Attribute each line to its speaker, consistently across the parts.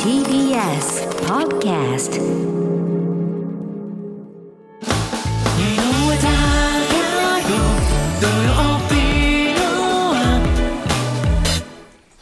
Speaker 1: TBS Podcast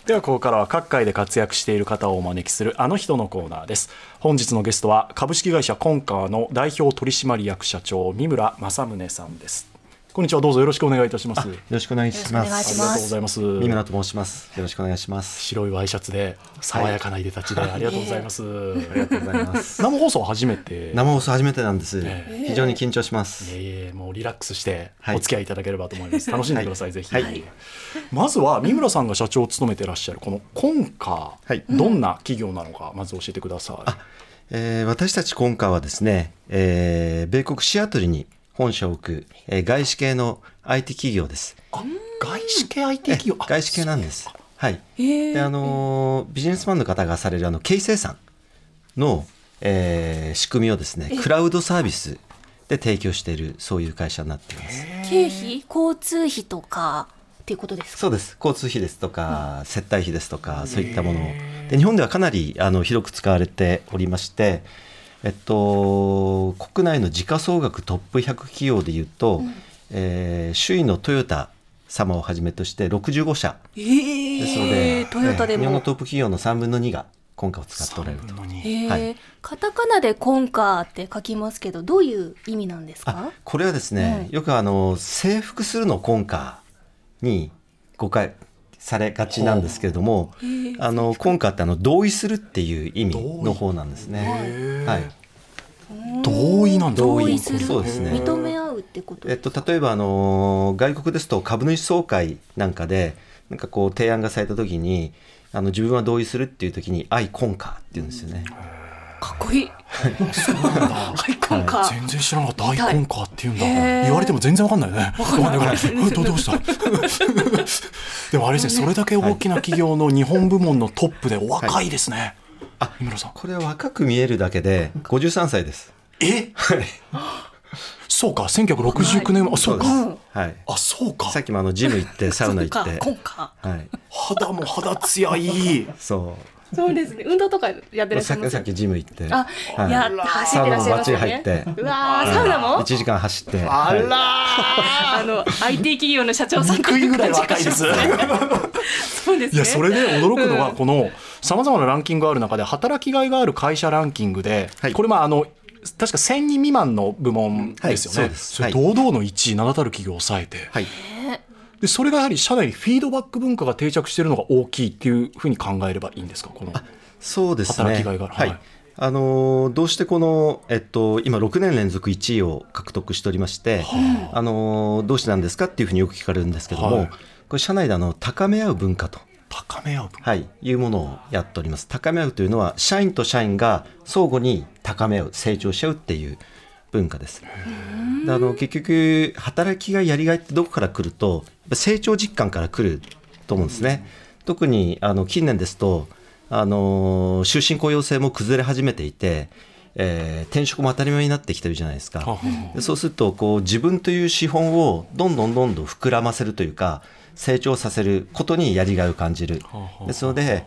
Speaker 2: ではここからは各界で活躍している方をお招きするあの人のコーナーです本日のゲストは株式会社コンカーの代表取締役社長三村正宗さんですこんにちはどうぞよろしくお願いいたしますあり
Speaker 3: よろしくお願いし
Speaker 4: よ
Speaker 3: ま
Speaker 4: ろしくお願いし
Speaker 3: す。
Speaker 4: ま
Speaker 2: がとうございます
Speaker 3: 三村と申します。よろしくお願いします。
Speaker 2: 白いワイシャツで爽やかないでたちで、ありがとうございます
Speaker 3: ありがとうございます。
Speaker 2: 生放送初めて
Speaker 3: 生放送初めてなんです
Speaker 2: え。
Speaker 3: 非常に緊張します。
Speaker 2: えーもうリラックスして
Speaker 3: はい
Speaker 2: お付き合いいただければと思います、楽しんでください、
Speaker 3: はい
Speaker 2: ぜひ、
Speaker 3: はい
Speaker 2: まずは三村さんが社長を務めてらっしゃるこのコンカー、
Speaker 3: はい
Speaker 2: どんな企業なのかまず教えてください
Speaker 3: えー私たち今回はですね、えー米国シアトルに本社を置く、えー外資系の IT 企業です。
Speaker 2: あ外資系 IT 企業あ
Speaker 3: 外資系なんです。はい。
Speaker 4: え
Speaker 3: で、あのービジネスマンの方がされるあの経生産の、えー仕組みをですね、クラウドサービスで提供しているそういう会社になっています。
Speaker 4: 経費交通費とかっていうことですか
Speaker 3: そうです交通費ですとか、接待費ですとかそういったものをで日本ではかなりあの広く使われておりまして、えっと、国内の時価総額トップ100企業でいうと、えー首位のトヨタ様をはじめとして65社
Speaker 4: え
Speaker 3: ですので、
Speaker 4: トヨタで
Speaker 3: えー日本
Speaker 4: も
Speaker 3: のトップ企業の3分の2が今回を使っておられると。
Speaker 2: そんな
Speaker 4: え
Speaker 2: に
Speaker 4: ー
Speaker 3: はい
Speaker 4: カタカナでコンカーって書きますけどどういう意味なんです
Speaker 3: あ
Speaker 4: か
Speaker 3: これはですね、よくあの征服するの今回に誤解されがちなんですけれどもあの今回ってあの同意するっていう意味の方なんですね。はい
Speaker 2: 同意なんだ
Speaker 3: 同
Speaker 4: 同
Speaker 3: 意
Speaker 4: 意する
Speaker 3: そうですね
Speaker 4: 認め合うってこと
Speaker 3: えっと、例えばあの外国ですと株主総会なんかでなんかこう提案がされた時にあの自分は同意するっていう時に「愛今回」って言うんですよね。
Speaker 4: かっこいいはいコンカー
Speaker 2: 全然知らなかったアイコンカーっていうんだ
Speaker 4: へー
Speaker 2: 言われても全然わかんないよねわかんないわか んないどどうしたでもあれですねそれだけ大きな企業の日本部門のトップでお若いですね、あ三村さん
Speaker 3: これは若く見えるだけで53歳です。
Speaker 2: えそうか1969年あそうか
Speaker 3: です。はい、
Speaker 2: あそうか
Speaker 3: さっきもあのジム行 ってサウナ行
Speaker 4: コ
Speaker 3: っ
Speaker 4: ンカー
Speaker 3: て
Speaker 4: コンカ
Speaker 3: はい、
Speaker 2: 肌も肌ツヤい い
Speaker 3: そう
Speaker 4: ーそうですね運動とかやってらっし
Speaker 3: さ
Speaker 4: ゃ
Speaker 3: っ
Speaker 4: いま
Speaker 3: き
Speaker 4: す
Speaker 3: さっきジム行って、
Speaker 4: あ、、
Speaker 3: はい
Speaker 4: や走ってらっしゃいますよね
Speaker 3: サウナもバッチリ入って
Speaker 4: うわーサウナも
Speaker 3: 1時間走って、
Speaker 2: あ
Speaker 3: はい
Speaker 2: ら
Speaker 4: あの IT 企業の社長さん
Speaker 2: 憎いぐらい若い です
Speaker 4: そうですね
Speaker 2: いやそれで驚くのはこのさまざまなランキングがある中で働きがいがある会社ランキングで、
Speaker 3: はい
Speaker 2: これまああの確か1000人未満の部門ですよね、
Speaker 3: はいそうです
Speaker 2: れ
Speaker 3: はい
Speaker 2: 堂々の1位名だたる企業を抑えて、
Speaker 3: はい、
Speaker 2: でそれがやはり社内にフィードバック文化が定着しているのが大きいっていうふうに考えればいいんですかこの
Speaker 3: そうですね。
Speaker 2: 働きがいがある
Speaker 3: はい
Speaker 2: はい
Speaker 3: あのーどうしてこの、えっと、今、6年連続1位を獲得しておりまして、あのーどうしてなんですかっていうふうによく聞かれるんですけども、
Speaker 2: はい
Speaker 3: これ、社内であの高め合う文化と、
Speaker 2: 高め合う文化
Speaker 3: はい、いうものをやっております。高め合うというのは、社員と社員が相互に高め合う、成長し合うっていう文化です。であの結局働きがいやりがいってどこから来るとやっぱ成長実感から来ると思うんですね。特にあの近年ですとあの終身雇用制も崩れ始めていて、えー転職も当たり前になってきてるじゃないです
Speaker 2: は
Speaker 3: か
Speaker 2: あは。
Speaker 3: でそうするとこう自分という資本をどんどんどんどん膨らませるというか成長させることにやりがいを感じる
Speaker 2: あはあは。あ
Speaker 3: ですので、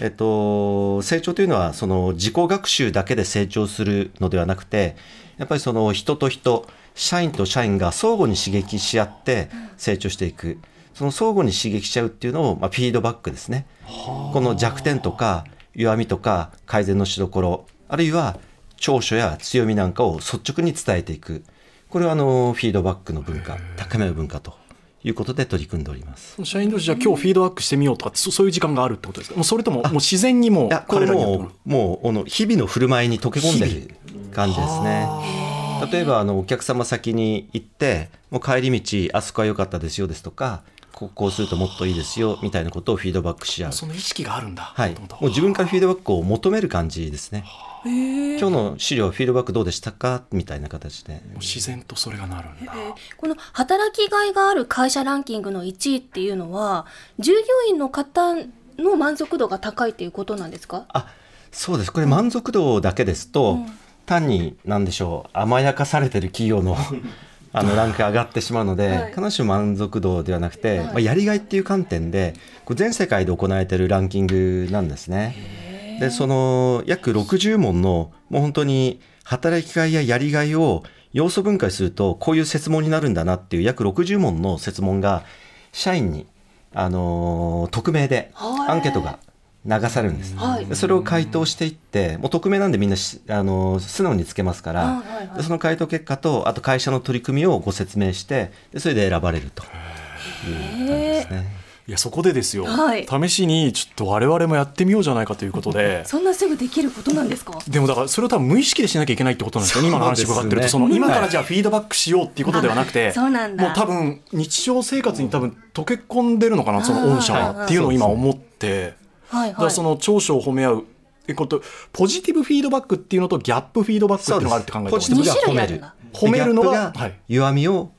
Speaker 3: えっと、成長というのはその自己学習だけで成長するのではなくてやっぱりその人と人社員と社員が相互に刺激し合って成長していくその相互に刺激し合うっていうのを、まあ、フィードバックですねこの弱点とか弱みとか改善のしどころあるいは長所や強みなんかを率直に伝えていくこれはあのフィードバックの文化高めの文化ということで取り組んでおります。
Speaker 2: その社員同士じゃ今日フィードバックしてみようとかそそういう時間があるってことですかもうそれとももう自然にもう
Speaker 3: いやこれ
Speaker 2: 彼らにやっても
Speaker 3: もうもうあの日々の振る舞いに溶け込んでる感じですね例えばあのお客様先に行ってもう帰り道あそこは良かったですよですとかこうこうするともっといいですよみたいなことをフィードバックし
Speaker 2: ら
Speaker 3: 合う
Speaker 2: うその意識があるんだ、
Speaker 3: はい、
Speaker 2: 元
Speaker 3: も
Speaker 2: 々
Speaker 3: う自分からフィードバックを求める感じですね今日の資料フィードバックどうでしたかみたいな形で
Speaker 2: もう自然とそれがなるんだ、
Speaker 4: この働きがいがある会社ランキングの1位っていうのは従業員の方の満足度が高いっていうことなんですか
Speaker 3: あそうですこれ満足度だけですと、単に何でしょう甘やかされてる企業のあのランクが上がってしまうので、
Speaker 4: はい
Speaker 3: 必ずしも満足度ではなくて、まあ、やりがいっていう観点でこう全世界で行われているランキングなんですね。でその約60問のもう本当に働きがいややりがいを要素分解するとこういう設問になるんだなっていう約60問の設問が社員に、あのー匿名で
Speaker 4: はい
Speaker 3: アンケートが流されるんです。
Speaker 4: はい
Speaker 3: でそれを回答していってもう匿名なんでみんなし、あのー素直につけますから、
Speaker 4: はいはいはい
Speaker 3: でその回答結果とあと会社の取り組みをご説明してでそれで選ばれるという感じですね。
Speaker 2: いやそこでですよ、
Speaker 4: はい
Speaker 2: 試しにちょっと我々もやってみようじゃないかというこ とで
Speaker 4: そんなすぐできることなんですか
Speaker 2: でもだからそれを多分無意識でしなきゃいけないってことなんですよね、今の話伺ってると、そ
Speaker 3: そうで
Speaker 2: の
Speaker 3: すね
Speaker 2: 今からじゃあフィードバックしようっていうことではなくて、
Speaker 4: あそうなんだ
Speaker 2: もう多分日常生活に多分溶け込んでるのかな、その御社
Speaker 4: はい
Speaker 2: はっていうのを今思って、
Speaker 4: はい
Speaker 2: だか
Speaker 4: は
Speaker 2: ら
Speaker 4: い。
Speaker 2: その長所を褒め合うってこと、ポジティブフィードバックっていうのとギャップフィードバックっていうのがあるって考えて
Speaker 3: ポ
Speaker 2: ま
Speaker 3: ジ
Speaker 2: す
Speaker 3: ティブが褒
Speaker 4: 二種類あ
Speaker 3: め
Speaker 4: るん
Speaker 3: る
Speaker 4: だ
Speaker 2: 褒めるのが
Speaker 3: でギャップ
Speaker 2: は
Speaker 3: が
Speaker 2: い
Speaker 3: 弱みを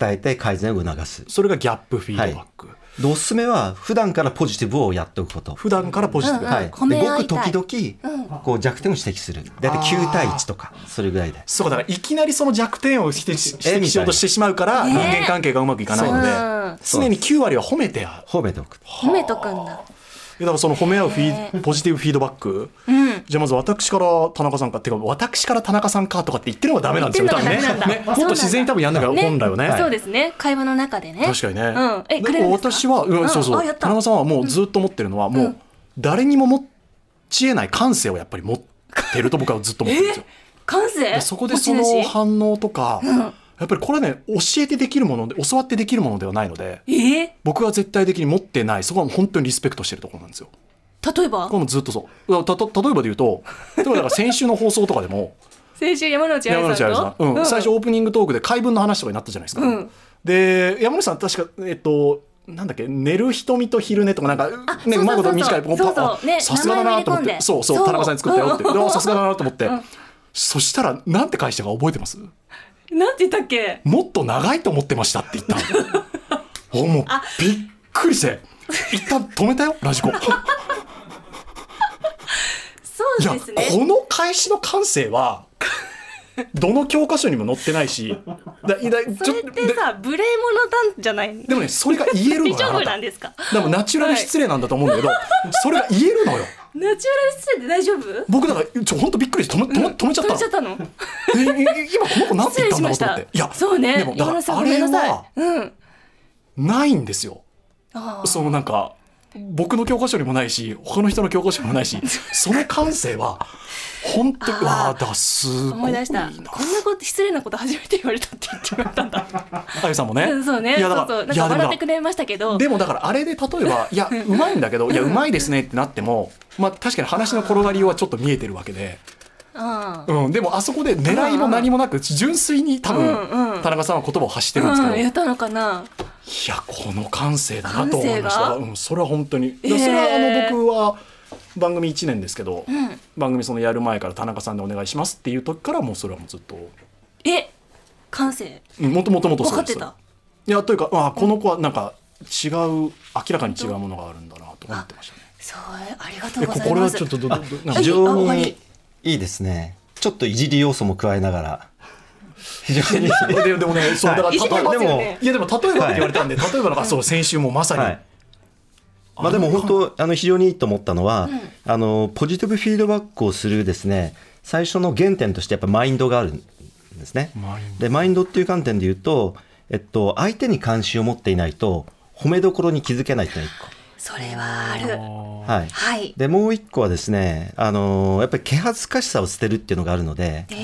Speaker 3: 伝えて改善を促す。
Speaker 2: それがギャップフィードバック、
Speaker 3: でおすすめは普段からポジティブをやっておくこと。
Speaker 2: 普段からポジティブ、
Speaker 4: うんうん
Speaker 3: はい、
Speaker 4: 褒め合い
Speaker 3: でご
Speaker 4: たい
Speaker 3: く時々こう弱点を指摘する。だいたい9対1とかそれぐらいで。
Speaker 2: そうかだからいきなりその弱点を指摘し
Speaker 3: え
Speaker 2: 指摘しようとしてしまうから
Speaker 4: ね
Speaker 2: 人間関係がうまくいかないので、
Speaker 3: そう
Speaker 2: 常に9割は褒めてあ
Speaker 3: 褒めておく。
Speaker 4: うん、褒めとくんだ。
Speaker 2: いやだからその褒め合うフィーポジティブフィードバック、
Speaker 4: ん
Speaker 2: じゃあまず私から田中さんかっていうか私から田中さんかとかって言ってるのがダメなんですよ
Speaker 4: 言って
Speaker 2: 多
Speaker 4: るの
Speaker 2: 分
Speaker 4: が
Speaker 2: ね
Speaker 4: ダメなんだ
Speaker 2: ねもっと自然に多分やんなきゃ
Speaker 4: ね
Speaker 2: 本来はね
Speaker 4: そうですね。会話の中でね。
Speaker 2: 確かにね、
Speaker 4: うん。え、くれる
Speaker 2: なんん
Speaker 4: で
Speaker 2: か
Speaker 4: すか
Speaker 2: 私は、うん
Speaker 4: ん
Speaker 2: そうそ
Speaker 4: あ
Speaker 2: う
Speaker 4: やった
Speaker 2: 田中さんはもうずっと思ってるのは、もう誰にも持ちえない感性をやっぱり持ってると僕はずっと思ってるんですよ
Speaker 4: 感性
Speaker 2: でそこでその
Speaker 4: 持ち主
Speaker 2: 反応とか、やっぱりこれはね教えてできるもので教わってできるものではないので
Speaker 4: えー
Speaker 2: 僕は絶対的に持ってないそこは本当にリスペクトしてるところなんですよ
Speaker 4: 例えば
Speaker 2: これもずっとそうだたと例えばで言うと例えばだから先週の放送とかで も
Speaker 4: 先週山之内
Speaker 2: 山
Speaker 4: 愛
Speaker 2: 内
Speaker 4: さ
Speaker 2: 愛
Speaker 4: ん
Speaker 2: さ
Speaker 4: と、
Speaker 2: ん、うん最初
Speaker 4: うん
Speaker 2: オープニングトークで怪文の話とかになったじゃないですか、
Speaker 4: うん
Speaker 2: で山内さん確かえっとなんだっけ寝る瞳と昼寝とかなんか
Speaker 4: そう
Speaker 2: ね
Speaker 4: そう
Speaker 2: うまいこと
Speaker 4: そうそう
Speaker 2: 短い
Speaker 4: そうそう
Speaker 2: あ
Speaker 4: ね
Speaker 2: さすがだなと思っ
Speaker 4: 名前を入れ込ん
Speaker 2: て
Speaker 4: で
Speaker 2: そう
Speaker 4: そ
Speaker 2: そうう田中さんに作ったよって
Speaker 4: うん
Speaker 2: であさすがだなと思って、
Speaker 4: ん
Speaker 2: そしたらなんて返したか覚えてます
Speaker 4: なんて言ったっけ
Speaker 2: もっと長いと思ってましたって言ったの おもうびっくりして一旦止めたよラ ジコい
Speaker 4: そう
Speaker 2: や、
Speaker 4: ですね
Speaker 2: この返しの感性はどの教科書にも載ってないしだいだちょ
Speaker 4: それって
Speaker 2: で
Speaker 4: さ無礼者なんじゃない
Speaker 2: でもねそれが言える
Speaker 4: 大
Speaker 2: のよ
Speaker 4: 丈
Speaker 2: あな
Speaker 4: 夫
Speaker 2: た
Speaker 4: なんですか
Speaker 2: でもナチュラル失礼なんだと思うんだけど、それが言えるのよ
Speaker 4: ナチュラル失礼で大丈夫
Speaker 2: 僕だからちょ本当びっくりして止め止め止めちゃっ
Speaker 4: 止
Speaker 2: たの
Speaker 4: めちゃったの
Speaker 2: ええ今この子なんて
Speaker 4: 失礼
Speaker 2: 言ったん
Speaker 4: し
Speaker 2: だろ
Speaker 4: ま
Speaker 2: う
Speaker 4: し
Speaker 2: と思
Speaker 4: た
Speaker 2: っていや
Speaker 4: そうね
Speaker 2: でもだか
Speaker 4: 山之内さんご
Speaker 2: らあ
Speaker 4: め
Speaker 2: れ
Speaker 4: んなさい
Speaker 2: は
Speaker 4: うん
Speaker 2: ないんですよ
Speaker 4: あー
Speaker 2: そのなんか僕の教科書にもないし他の人の教科書にもな いしその感性は本当
Speaker 4: あ
Speaker 2: に
Speaker 4: ー
Speaker 2: わあだすご
Speaker 4: 思
Speaker 2: い
Speaker 4: い
Speaker 2: な
Speaker 4: 出したこんなこと失礼なこと初めて言われたって言ってもらったんだ
Speaker 2: あゆさんもね
Speaker 4: うんそうね
Speaker 2: いやだ
Speaker 4: そうそう
Speaker 2: から
Speaker 4: なん
Speaker 2: いや
Speaker 4: か
Speaker 2: でもだ
Speaker 4: 笑ってくれましたけど
Speaker 2: でもだからあれで例えば いやうまいんだけどいやうまいですねってなってもまあ確かに話の転がりはちょっと見えてるわけで、
Speaker 4: あ
Speaker 2: うん、でもあそこで狙いも何もなく純粋に多
Speaker 4: うんう
Speaker 2: 分
Speaker 4: ん
Speaker 2: 田中さんは言葉を発してるんですけ
Speaker 4: あ
Speaker 2: ど、
Speaker 4: うん
Speaker 2: い
Speaker 4: やったのかな
Speaker 2: やこの感性だなと思いまし
Speaker 4: 感
Speaker 2: た、
Speaker 4: 性
Speaker 2: うん、それは本当に
Speaker 4: えー
Speaker 2: それはあの僕は番組1年ですけど、
Speaker 4: うん
Speaker 2: 番組そのやる前から田中さんでお願いしますっていう時からもうそれはもうずっと
Speaker 4: え感性
Speaker 2: うんもともともと
Speaker 4: 分
Speaker 2: そ
Speaker 4: か
Speaker 2: う
Speaker 4: って
Speaker 2: です
Speaker 4: た
Speaker 2: いやというかあこの子はなんか違う明らかに違うものがあるんだなと思ってましたね
Speaker 4: そうありがと
Speaker 2: いうや
Speaker 4: ご
Speaker 2: こ
Speaker 4: ざい
Speaker 2: これ
Speaker 4: ま
Speaker 2: は
Speaker 4: す
Speaker 2: ちょっとどどどなんか
Speaker 3: 非
Speaker 4: あ終
Speaker 3: 常
Speaker 4: わ
Speaker 3: に
Speaker 4: り
Speaker 3: いいですね。ちょっといじり要素も加えながら非常に。
Speaker 2: いやででもねそうだから
Speaker 4: いじって
Speaker 2: 例
Speaker 4: ま
Speaker 2: えば
Speaker 4: す
Speaker 2: で
Speaker 4: よね
Speaker 2: もいやでも例えばって言われたんで例えばのがそう先週もまさに、
Speaker 3: はいまあ、でも本当あの非常にいいと思ったのは、あのポジティブフィードバックをするですね最初の原点としてやっぱマインドがあるんですね。
Speaker 2: マイン
Speaker 3: でマインドっていう観点で言うと、えっと、相手に関心を持っていないと褒めどころに気づけないというのが一
Speaker 4: それはある
Speaker 3: 個、はい、
Speaker 4: はい
Speaker 3: でもう一個はですねあのやっぱり気恥ずかしさを捨てるっていうのがあるので
Speaker 4: で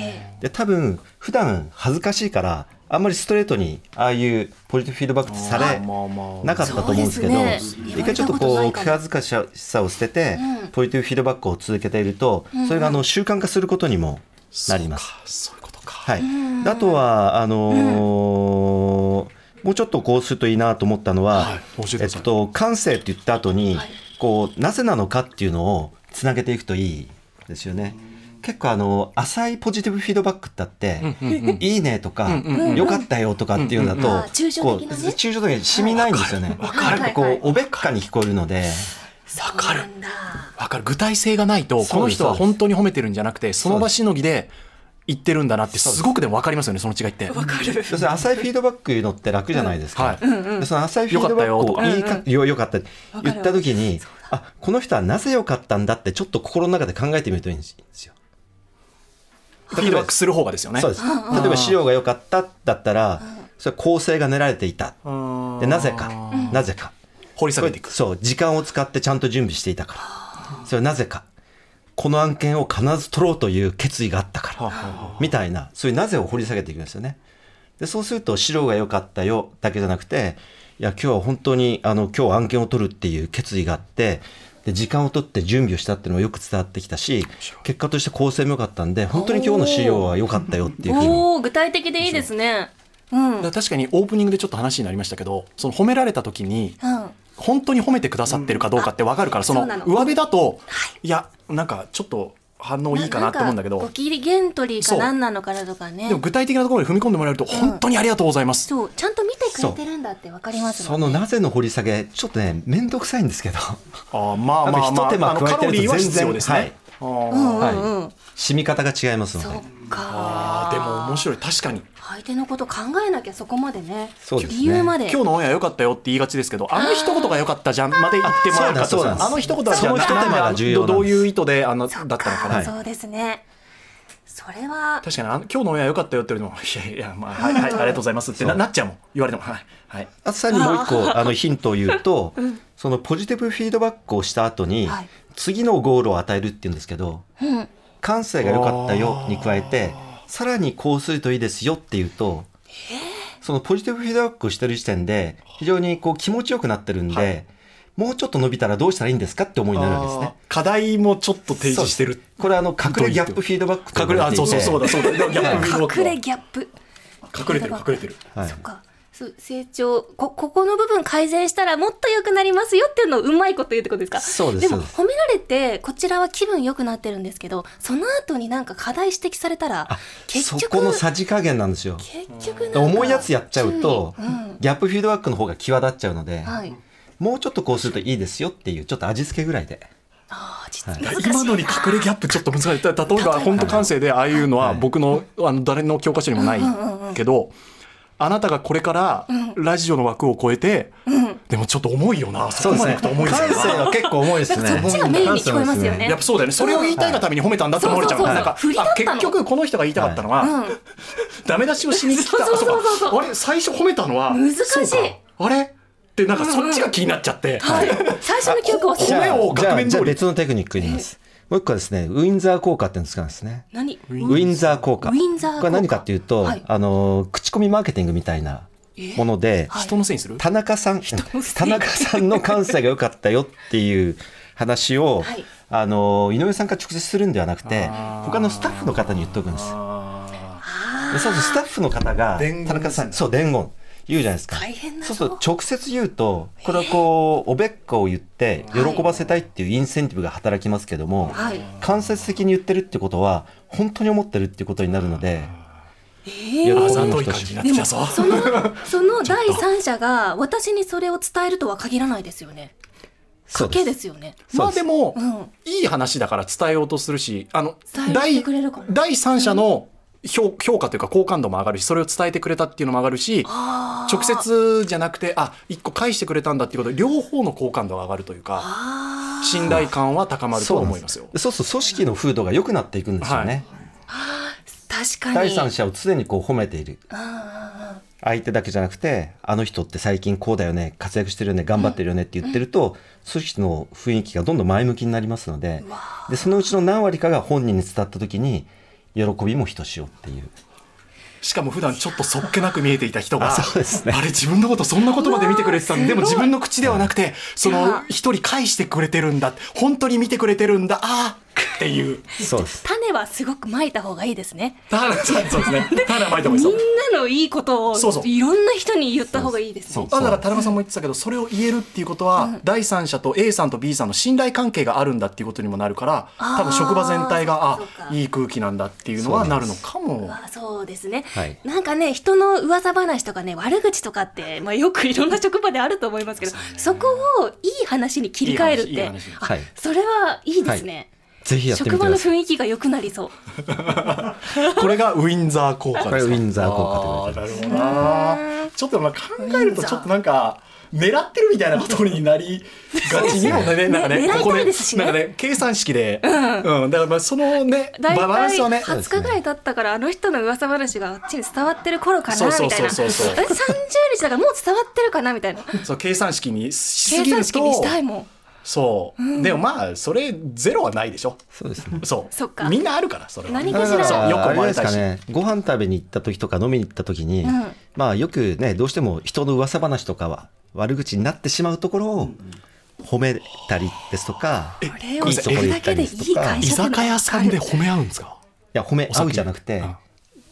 Speaker 3: で多分普段恥ずかしいからあんまりストレートにああいうポジティブフィードバックされ
Speaker 2: まあまあ
Speaker 3: なかったと思うんですけど
Speaker 4: そうですね
Speaker 3: 一回ちょっと
Speaker 4: 言わ
Speaker 3: こ
Speaker 4: れ
Speaker 3: う
Speaker 4: たことないか
Speaker 3: 気
Speaker 4: も
Speaker 3: 恥ずかしさを捨てて、
Speaker 4: うん
Speaker 3: ポジティブフィードバックを続けていると、それがあの習慣化することにもなります。
Speaker 2: そうかそういうことか、
Speaker 3: はい、であとはあのーもうちょっとこうするといいなと思ったのは、
Speaker 2: はい教えてく
Speaker 3: えっ
Speaker 2: ださい
Speaker 3: と、感性って言った後に、
Speaker 4: はい
Speaker 3: こうなぜなのかっていうのをつなげていくといいですよね。結構あの浅いポジティブフィードバックだって、
Speaker 2: うんうん
Speaker 3: いいねとか、
Speaker 2: うんうん
Speaker 4: うん
Speaker 3: よかったよとかっていうのだと、
Speaker 4: うんうんあー抽象的なね
Speaker 3: こう抽象的に染みないんですよね。
Speaker 2: わ
Speaker 4: かる
Speaker 3: なんかこ
Speaker 4: はいうは、い
Speaker 3: おべっかに聞こえるので、
Speaker 4: わ
Speaker 2: かる
Speaker 4: だ
Speaker 2: わかる具体性がないと
Speaker 3: そうです
Speaker 2: この人は本当に褒めてるんじゃなくてその場しのぎでいってるんだなってすごくでも分かりますよねその違いって。
Speaker 3: 要するに浅いフィードバック言うのって楽じゃないですか、
Speaker 2: うん
Speaker 3: でその浅いフィードバックを言いかよよかったって言った時にあこの人はなぜ良かったんだってちょっと心の中で考えてみるといいんですよ。
Speaker 2: フィードバックする方がですよね。
Speaker 3: そうです例えば資料が良かっただったらそれは構成が練られていた
Speaker 2: うん
Speaker 3: でなぜかなぜか
Speaker 2: 掘り下
Speaker 3: こ
Speaker 2: げ
Speaker 3: れ
Speaker 2: ていく。
Speaker 3: そう時間を使ってちゃんと準備していたからそれはなぜかこの案件を必ず取ろうという決意があったから
Speaker 2: はあはあはあ
Speaker 3: みたいなそういうなぜを掘り下げていくんですよね。でそうすると「白が良かったよ」だけじゃなくて「いや今日は本当にあの今日案件を取るっていう決意があってで時間を取って準備をしたっていうのがよく伝わってきたし結果として構成も良かったんで本当に今日の資料は良かったよっていうふうに
Speaker 4: おお具体的でいいですね。うん。うん
Speaker 2: だから確かにオープニングでちょっと話になりましたけどその褒められた時に本当に褒めてくださってるかどうかって分かるから、そ
Speaker 4: そうなの
Speaker 2: の上辺だと、い、やなんかちょっと反応いいかなって思うんだけ
Speaker 4: な
Speaker 2: ど
Speaker 4: んかご機嫌取りか何なのかなとかね
Speaker 2: でも。具体的なところに踏み込んでもらえると本当にありがとうございます。
Speaker 4: そうちゃんと見てくれてるんだってわかります
Speaker 3: そ
Speaker 4: もん
Speaker 3: のなぜの掘り下げちょっとね面倒くさいんですけど
Speaker 2: あーまあまあまあ
Speaker 3: あと一手間
Speaker 2: あの
Speaker 3: 加え
Speaker 2: カ
Speaker 3: て
Speaker 2: ロ
Speaker 3: ると
Speaker 2: リーは必要
Speaker 3: 全然
Speaker 2: ですね。あー
Speaker 4: うんう
Speaker 3: はい
Speaker 4: んうん。
Speaker 3: 染み方が違いますの
Speaker 4: そ
Speaker 3: で
Speaker 4: っか
Speaker 2: あ。ーでも面白い確かに
Speaker 4: 相手のこと考えなきゃそこまでね。
Speaker 3: そうですね
Speaker 4: 理由まで。
Speaker 2: 今日のオンエア良かったよって言いがちですけどあの一言が良かったじゃんまで言ってもらうかった
Speaker 3: そうなんです
Speaker 2: あの一言はじゃあ
Speaker 3: その一手間が重要なんです
Speaker 2: どういう意図であのだ
Speaker 4: そ
Speaker 2: っ
Speaker 4: った
Speaker 2: のかな
Speaker 4: か。
Speaker 3: はい
Speaker 4: そうですね。それは
Speaker 2: 確かにあの今日のオンエア良かったよって言われても「いやいや、まあ、はい、はい、ありがとうございます」ってな
Speaker 3: そう
Speaker 2: なっちゃうもん言われてもはい、はい、
Speaker 3: あとさらにもう一個あのヒントを言うと、そのポジティブフィードバックをした後に、
Speaker 4: はい
Speaker 3: 次のゴールを与えるっていうんですけど
Speaker 4: うん。
Speaker 3: 感性が良かったよに加えてさらにこうするといいですよっていうと、そのポジティブフィードバックをしてる時点で非常にこう気持ちよくなってるんで、もうちょっと伸びたらどうしたらいいんですかって思いになるんですね。
Speaker 2: 課題もちょっと提示してる
Speaker 3: これあの隠れギャップフィードバックと
Speaker 2: 隠
Speaker 3: 言
Speaker 2: れ
Speaker 3: わ
Speaker 2: あ
Speaker 3: れてい
Speaker 2: そ
Speaker 3: て
Speaker 2: うそうそうだそうだギャップ
Speaker 4: 隠れギャップ。
Speaker 2: 隠れてる隠れてる
Speaker 3: はい
Speaker 4: そっか。そう成長こここの部分改善したらもっと良くなりますよっていうのをうまいこと言うってことですか
Speaker 3: そうです
Speaker 4: も
Speaker 3: そうです
Speaker 4: 褒められてこちらは気分良くなってるんですけどその後になんか課題指摘されたら
Speaker 3: あ
Speaker 4: 結
Speaker 3: そ
Speaker 4: 局
Speaker 3: このさじ加減なんですよ。
Speaker 4: 結局なんか
Speaker 3: 重いやつやっちゃうと、
Speaker 4: うん
Speaker 3: ギャップフィードバックの方が際立っちゃうので、
Speaker 4: はい
Speaker 3: もうちょっとこうするといいですよっていうちょっと味付けぐらいで
Speaker 4: あー
Speaker 3: は
Speaker 4: 実
Speaker 3: い
Speaker 4: 難しい
Speaker 2: 今のに隠れギャップちょっと難しいた例えば本当感性でああいうのは僕のあの誰の教科書にもないけどあなたがこれからラジオの枠を超えてでもちょっと重いよなそこまでいくと重いですよ
Speaker 3: 感性は結構重いです
Speaker 4: だ
Speaker 3: ね
Speaker 4: からそっちがメインに聞こえますよね
Speaker 2: やっぱそうだよねそれを言いたいがために褒めたんだって思われちゃうの
Speaker 4: はい
Speaker 2: なんか
Speaker 4: そうそうそう
Speaker 2: あ
Speaker 4: 振りだ
Speaker 2: 結
Speaker 4: ったの
Speaker 2: 局この人が言いたかったのは、
Speaker 4: うん
Speaker 2: ダメ出しをしに来た
Speaker 4: そうそうそうそう
Speaker 2: あかあれ最初褒めたのは
Speaker 4: 難しい
Speaker 2: そうかあれってなんかそっちが気になっちゃって、
Speaker 4: はい最初の記憶を
Speaker 3: じ
Speaker 2: 褒
Speaker 3: ゃ
Speaker 2: め
Speaker 3: あ
Speaker 2: を
Speaker 3: じゃ
Speaker 2: 額
Speaker 3: あ
Speaker 2: 面
Speaker 3: じゃ
Speaker 2: 通
Speaker 3: あ
Speaker 2: り
Speaker 3: 別のテクニック言います、もう一個はですねウィンザー効果っていうのを使うんですね
Speaker 4: 何
Speaker 3: ウィンザー効果
Speaker 4: ウィンザー効果
Speaker 3: これは何かっていうと、
Speaker 4: はい
Speaker 3: あの口コミマーケティングみたいなもので、
Speaker 4: はい
Speaker 2: 人のせいにする
Speaker 3: 田中さん田中さんの感性が良かったよっていう話を、
Speaker 4: はい
Speaker 3: あの井上さんから直接するんではなくて
Speaker 2: あー
Speaker 3: 他のスタッフの方に言っておくんです
Speaker 2: あ
Speaker 3: でそうするとスタッフの方が
Speaker 2: 伝言
Speaker 3: 田中さんそう伝言言うじゃないですか
Speaker 4: 大変だ
Speaker 3: そ
Speaker 4: ぞ
Speaker 3: うすると直接言うとこれはこうおべっかを言って
Speaker 4: はい
Speaker 3: 喜ばせたいっていうインセンティブが働きますけども、
Speaker 4: はい
Speaker 3: 間接的に言ってるってことは本当に思ってるってことになるので喜
Speaker 2: ーあ
Speaker 3: ん
Speaker 2: ざ
Speaker 3: で
Speaker 2: とい
Speaker 3: ほ
Speaker 2: 感
Speaker 3: し
Speaker 2: じ
Speaker 3: い
Speaker 2: に
Speaker 4: で
Speaker 2: なってき
Speaker 4: も
Speaker 2: たぞ
Speaker 4: そのその第三者が私にそれを伝えるとは限らないですよね
Speaker 3: そう
Speaker 4: 賭け
Speaker 3: です
Speaker 4: ですよね
Speaker 2: まあでも、
Speaker 4: うん
Speaker 2: いい話だから伝えようとするしあの
Speaker 4: 伝えて
Speaker 2: 第
Speaker 4: くれるかな
Speaker 2: 第三者の評評価というか好感度も上がるしそれを伝えてくれたっていうのも上がるし
Speaker 4: あー
Speaker 2: 直接じゃなくてあ一個返してくれたんだっていうことで両方の好感度が上がるというか
Speaker 4: あー
Speaker 2: 信頼感は高まると
Speaker 3: なん
Speaker 2: 思
Speaker 3: で
Speaker 2: いますよ。
Speaker 3: そうすると組織の風土が良くなっていくんですよね、
Speaker 4: 確かに
Speaker 3: 第三者を常にこう褒めている相手だけじゃなくてあの人って最近こうだよね活躍してるよね頑張ってるよねって言ってると、組織の雰囲気がどんどん前向きになりますのででそのうちの何割かが本人に伝わった時に喜びもひとしおっていう
Speaker 2: しかも普段ちょっとそっけなく見えていた人が、
Speaker 3: あそうですね
Speaker 2: あれ自分のことそんなことまで見てくれてたんで、でも自分の口ではなくて、その一人返してくれてるんだ、本当に見てくれてるんだ、あーっていう。
Speaker 3: そうです
Speaker 4: 種はすごくまいた方がいいですね
Speaker 2: だから、そうですね。だから、巻いてもいい
Speaker 4: み
Speaker 2: で
Speaker 4: ん
Speaker 2: すよ
Speaker 4: なのいいことを
Speaker 2: そうそう
Speaker 4: いろんな人に言った方がいいですね
Speaker 2: あだから田中さんも言ってたけどそれを言えるっていうことは、第三者と A さんと B さんの信頼関係があるんだっていうことにもなるから
Speaker 4: あー
Speaker 2: 多分職場全体があ
Speaker 4: そうか
Speaker 2: いい空気なんだっていうのは
Speaker 3: そうな
Speaker 2: なんる
Speaker 3: で
Speaker 2: の
Speaker 3: す
Speaker 2: かも
Speaker 4: あそうですね、
Speaker 3: はい
Speaker 4: なんかね人の噂話とかね悪口とかって、まあ、よくいろんな職場であると思いますけどそこをいい話に切り替えるって
Speaker 2: いい話いい話
Speaker 4: あ
Speaker 3: はい
Speaker 4: それはいいですね、
Speaker 3: ぜひやってみ
Speaker 4: 職
Speaker 3: て
Speaker 4: 場の
Speaker 3: ください
Speaker 4: 雰囲気が良くなりそう。
Speaker 2: これがウィンザー効果ですか
Speaker 3: これウィンザー効果と言われて
Speaker 2: あーなるほどなちょっとまあ考えるとちょっとなんか狙ってるみたいなことになりがちにもねなんかね
Speaker 4: ね狙いたい
Speaker 2: ここ
Speaker 4: ですしね
Speaker 2: なんかね計算式で、うんだからまあそのねバ
Speaker 4: だい
Speaker 2: ラ
Speaker 4: た
Speaker 2: ン
Speaker 4: い
Speaker 2: スはね
Speaker 4: 20日ぐらい経ったからあの人の噂話があっちに伝わってる頃か
Speaker 2: そう
Speaker 4: な
Speaker 2: そう
Speaker 4: みたいな
Speaker 2: そうそうそう
Speaker 4: え30日だからもう伝わってるかなみたいな
Speaker 2: そう計算式にしす
Speaker 4: 計
Speaker 2: ぎる
Speaker 4: 算式に
Speaker 2: と
Speaker 4: したいもん
Speaker 2: そう、でもまあそれゼロはないでしょ
Speaker 3: そうですね
Speaker 2: そう
Speaker 4: そっか
Speaker 2: みんなあるからそれは
Speaker 4: 何
Speaker 3: だ
Speaker 4: かしら
Speaker 2: そうよく
Speaker 3: あれ
Speaker 2: 思わ
Speaker 3: で
Speaker 2: れ
Speaker 3: す
Speaker 2: た
Speaker 3: か
Speaker 2: し、
Speaker 3: ねご飯食べに行った時とか飲みに行った時に、
Speaker 4: ん
Speaker 3: まあよくねどうしても人の噂話とかは悪口になってしまうところを褒めたりですとか、い
Speaker 4: これを
Speaker 2: いい
Speaker 4: 聞くだけでいい会
Speaker 2: 居
Speaker 4: 社
Speaker 2: 酒屋さんで褒め合うんですか
Speaker 3: や褒め合うじゃなくて
Speaker 2: あ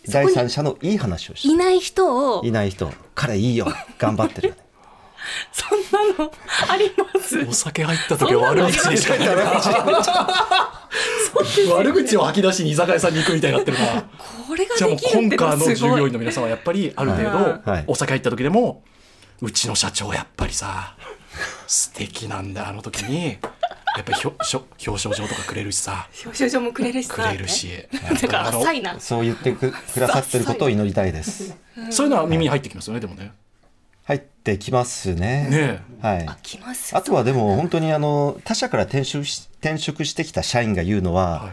Speaker 3: 第三者のいい話をし
Speaker 4: いない人を
Speaker 3: ていない人彼いいよ頑張ってるよね
Speaker 4: そんなのあります
Speaker 2: お酒入った時は悪口でしか言えない悪口を吐き出しに居酒屋さんに行くみたいになって るな
Speaker 4: これが
Speaker 2: じゃあも
Speaker 4: で
Speaker 2: う
Speaker 4: きる
Speaker 2: 今
Speaker 4: ってのは
Speaker 2: 回の
Speaker 4: す
Speaker 2: 従
Speaker 4: ご
Speaker 2: 業
Speaker 4: い
Speaker 2: 員の皆さんはやっぱりある程
Speaker 3: はいはい
Speaker 2: 度お酒入った時でもうちの社長やっぱりさ素敵なんだあの時にやっぱりひょしょ表彰状とかくれるしさ
Speaker 4: 表彰状もくれるし
Speaker 2: く
Speaker 4: さ
Speaker 2: れるし
Speaker 4: だから
Speaker 2: あの
Speaker 4: 浅いな
Speaker 3: そう言ってくくださってることを祈りたいです
Speaker 2: そういうのは耳に入ってきますよねでもね
Speaker 3: 入ってきますね
Speaker 2: ね
Speaker 3: はい
Speaker 4: あきます
Speaker 3: あとはでも本当にあの他社から転職し転職してきた社員が言うのは、
Speaker 2: はい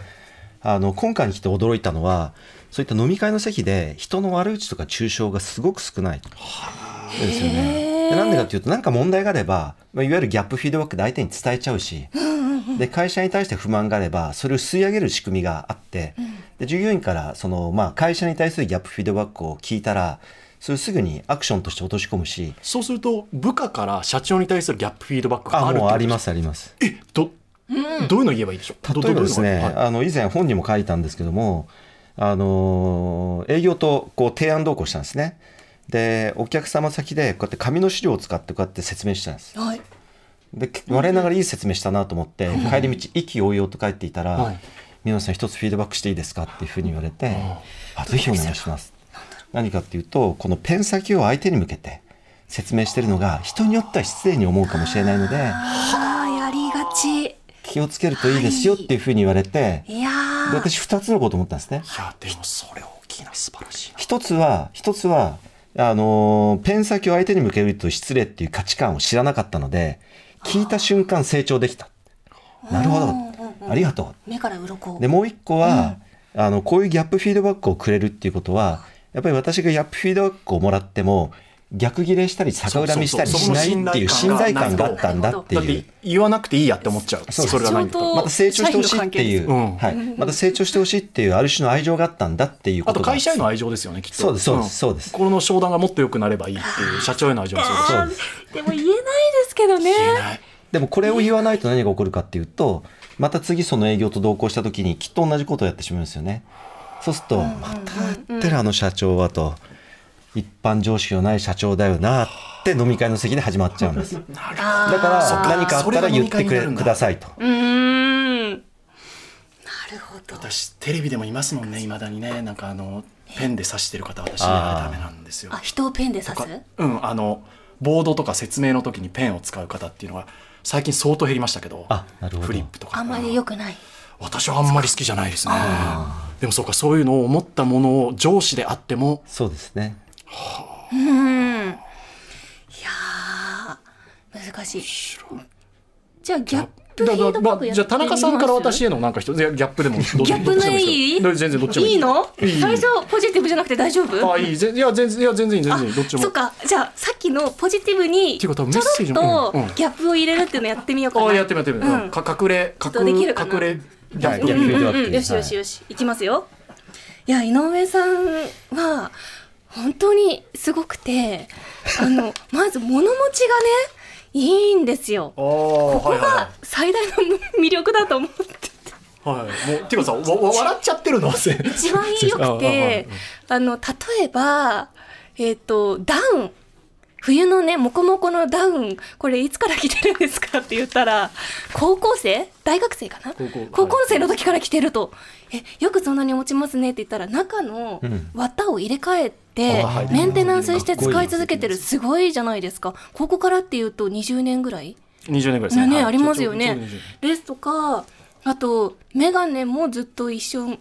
Speaker 3: あの今回に来て驚いたのはそういった飲み会の席で人の悪口とか中傷がすごく少ないですよね。でなんでかっていうと何か問題があれば、まあ、いわゆるギャップフィードバックで相手に伝えちゃうし、で会社に対して不満があればそれを吸い上げる仕組みがあって、で従業員からその、まあ、会社に対するギャップフィードバックを聞いたらそれをすぐにアクションとして落とし込むし
Speaker 2: そうすると部下から社長に対するギャップフィードバックがあ
Speaker 3: あ
Speaker 2: る
Speaker 3: もうありますすあります。
Speaker 2: えどどういうの言えばいいでしょうど
Speaker 3: 例えばですね、
Speaker 2: どういうのが
Speaker 3: あの以前本にも書いたんですけども、あのー営業とこう提案同行したんですね。でお客様先でこうやって紙の資料を使ってこうやって説明したんです。
Speaker 4: はい
Speaker 3: で我ながらいい説明したなと思って、帰り道意気揚々と帰っていたら、
Speaker 2: はい
Speaker 3: 皆さん一つフィードバックしていいですかっていうふうに言われて、あぜひお願いします。何かっていうとこのペン先を相手に向けて説明してるのが人によっては失礼に思うかもしれないので
Speaker 4: あーやりがち
Speaker 3: 気をつけるといいですよっていうふうに言われて、
Speaker 4: いや
Speaker 3: で
Speaker 4: ー
Speaker 3: 私2つのこと思ったんですね
Speaker 2: はいいやでもそれ大きいな素晴らしいな
Speaker 3: 一つは一つはあのーペン先を相手に向けると失礼っていう価値観を知らなかったので聞いた瞬間成長できたなるほどありがと
Speaker 4: 目から鱗
Speaker 3: うでもう一個は、あのこういうギャップフィードバックをくれるっていうことはやっぱり私がギャップフィードバックをもらっても逆ギレしたり逆恨みしたり
Speaker 2: そう
Speaker 3: し
Speaker 2: そうそう
Speaker 3: ないっていう
Speaker 2: そ
Speaker 3: 信
Speaker 2: この信
Speaker 3: 頼
Speaker 2: 頼感
Speaker 3: 感
Speaker 2: が
Speaker 3: があったんだって
Speaker 2: だっ
Speaker 3: いう
Speaker 2: て言わなくていいやって思っちゃう
Speaker 3: そう
Speaker 2: それが何か
Speaker 4: 社長と
Speaker 3: また成長してほしいってい
Speaker 4: 社員
Speaker 3: う、
Speaker 2: の関係
Speaker 3: はい、また成長してほしいっていうある種の愛情があったんだっていうこ
Speaker 2: あ
Speaker 3: と
Speaker 2: と
Speaker 3: が
Speaker 2: 会社への愛情ですよねきっと
Speaker 3: そうですそうです
Speaker 2: ん
Speaker 3: そうです
Speaker 2: この商談がもっと良くなればいいっていう社長への愛情もそうです
Speaker 3: そうです
Speaker 4: でも言えないですけどね
Speaker 2: 言えない
Speaker 3: でもこれを言わないと何が起こるかっていうとまた次その営業と同行した時にきっと同じことをやってしまうんですよねそうすると「またやってるあの社長は」と「一般常識のない社長だよな」って飲み会の席で始まっちゃうんですだ
Speaker 4: あー
Speaker 3: から何かあったら言っ
Speaker 2: そ
Speaker 3: てく
Speaker 2: れが飲み会にな
Speaker 3: れ
Speaker 2: るんだ
Speaker 3: くださいと
Speaker 4: うーんなるほど
Speaker 2: 私テレビでもいますもんねいまだにねなんかあのペンで刺してる方私ね
Speaker 3: あー
Speaker 2: ダメなんですよ
Speaker 4: あ人をペンで刺
Speaker 2: とか
Speaker 4: す
Speaker 2: うんあのボードとか説明の時にペンを使う方っていうのは最近相当減りましたけど
Speaker 3: あなるほど
Speaker 2: フリップとか
Speaker 4: あんまり良くない
Speaker 2: 私はあんまり好きじゃないですねでもそうかそういうのを思ったものを上司であっても
Speaker 3: そうですね
Speaker 4: うんいやー難しいじゃあギャップフィードバックやってみます
Speaker 2: じゃあ田中さんから私へのなんか一ついやギャップでもどっちでも
Speaker 4: ギャップのいい
Speaker 2: どっちでもいいですよ全然どっちでも
Speaker 4: いいの
Speaker 2: いい
Speaker 4: 最初ポジティブじゃなくて大丈夫
Speaker 2: あいいぜいや全然いや全然いい全
Speaker 4: あ
Speaker 2: 然いいどっちでも
Speaker 4: そっかじゃあさっきのポジティブに
Speaker 2: てい
Speaker 4: ち
Speaker 2: う
Speaker 4: ょ
Speaker 2: か
Speaker 4: ろ
Speaker 2: 多
Speaker 4: っ
Speaker 2: 分メッセージも
Speaker 4: と
Speaker 2: うんうん
Speaker 4: ギャップを入れるっていうのやってみようかな
Speaker 2: あやってみようやってみよう、
Speaker 4: うん
Speaker 2: か隠れ
Speaker 4: っとでき
Speaker 2: 隠
Speaker 4: るかな
Speaker 2: 隠れギャッ
Speaker 3: はい
Speaker 2: プ
Speaker 3: ギャップフィードバッ
Speaker 4: うん
Speaker 3: ク
Speaker 4: うんよしよしよし、い、きますよいや井上さんは本当にすごくてあの まず物持ちがねいいんですよここ
Speaker 2: こ
Speaker 4: が最大の魅力だと思って
Speaker 2: はいはいはいもうていうかさわわ笑っちゃってるの忘れ
Speaker 4: 一番良くてあの例えばえっ、とダウン冬のねモコモコのダウンこれいつから着てるんですかって言ったら高校生大学生かな
Speaker 2: 高校
Speaker 4: 高校生の時から着てると「えよくそんなに持ちますね」って言ったら中の
Speaker 3: ん
Speaker 4: 綿を入れ替えて
Speaker 2: あはい
Speaker 4: メンテナンスして
Speaker 3: かっこいい
Speaker 4: 使い続けてるすごいじゃないですかここからっていうと20年ぐらい
Speaker 2: 20年ぐらいですね
Speaker 4: ね
Speaker 2: はい
Speaker 4: ありますよ
Speaker 2: ちょ
Speaker 4: ね
Speaker 2: ちょちょちょ。
Speaker 4: ですとかあとメガネもずっと一緒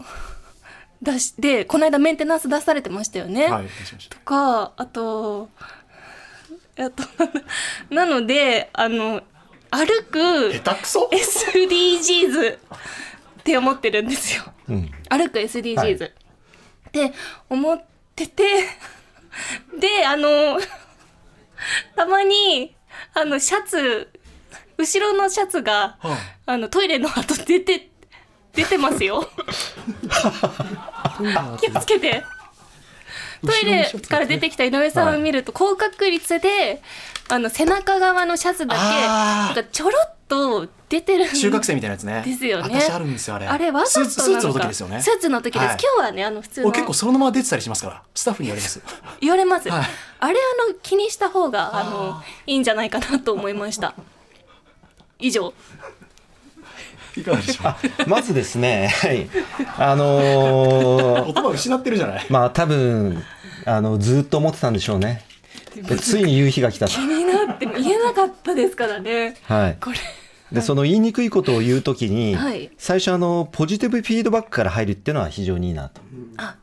Speaker 4: 出してこの間メンテナンス出されてましたよね。
Speaker 2: はい、出しました
Speaker 4: とかあとあと なのであの歩く
Speaker 2: 下手くそ
Speaker 4: SDGs って思ってるんですよ。
Speaker 3: うん
Speaker 4: 歩く SDGs、
Speaker 3: はい
Speaker 4: って思って てであの たまにあのシャツ後ろのシャツが、
Speaker 2: はい
Speaker 4: あのトイレの後出て出てます よ気をつけてトイレから出てきた井上さんを見ると高確率であの背中側のシャツだけ
Speaker 2: あ
Speaker 4: な
Speaker 2: ー
Speaker 4: んかちょろっと出てるんで
Speaker 2: 中学生みたいなやつね。
Speaker 4: ですよね。
Speaker 2: 私あるんですよあれ。
Speaker 4: あれわざとな
Speaker 2: ス
Speaker 4: の
Speaker 2: ー
Speaker 4: か
Speaker 2: ツスーツの時ですよね。
Speaker 4: スーツの時です。
Speaker 2: はい
Speaker 4: 今日はねあの普通の
Speaker 2: 俺結構そのまま出てたりしますから、スタッフに言われます。
Speaker 4: 言われます。
Speaker 2: はい
Speaker 4: あれあの気にした方があのいいんじゃないかなと思いました。以上。
Speaker 2: いかがでし ょう。
Speaker 3: まずですね、 はい、あのー
Speaker 2: 言葉失ってるじゃない。
Speaker 3: まあ多分あのずーっと思ってたんでしょうね。でついに夕日が来 たと。
Speaker 4: 気になっても言えなかったですからね。
Speaker 3: はい。
Speaker 4: これ。
Speaker 3: でその言いにくいことを言うときに、
Speaker 4: はい
Speaker 3: 最初あのポジティブフィードバックから入るっていうのは非常にいいなと
Speaker 4: あ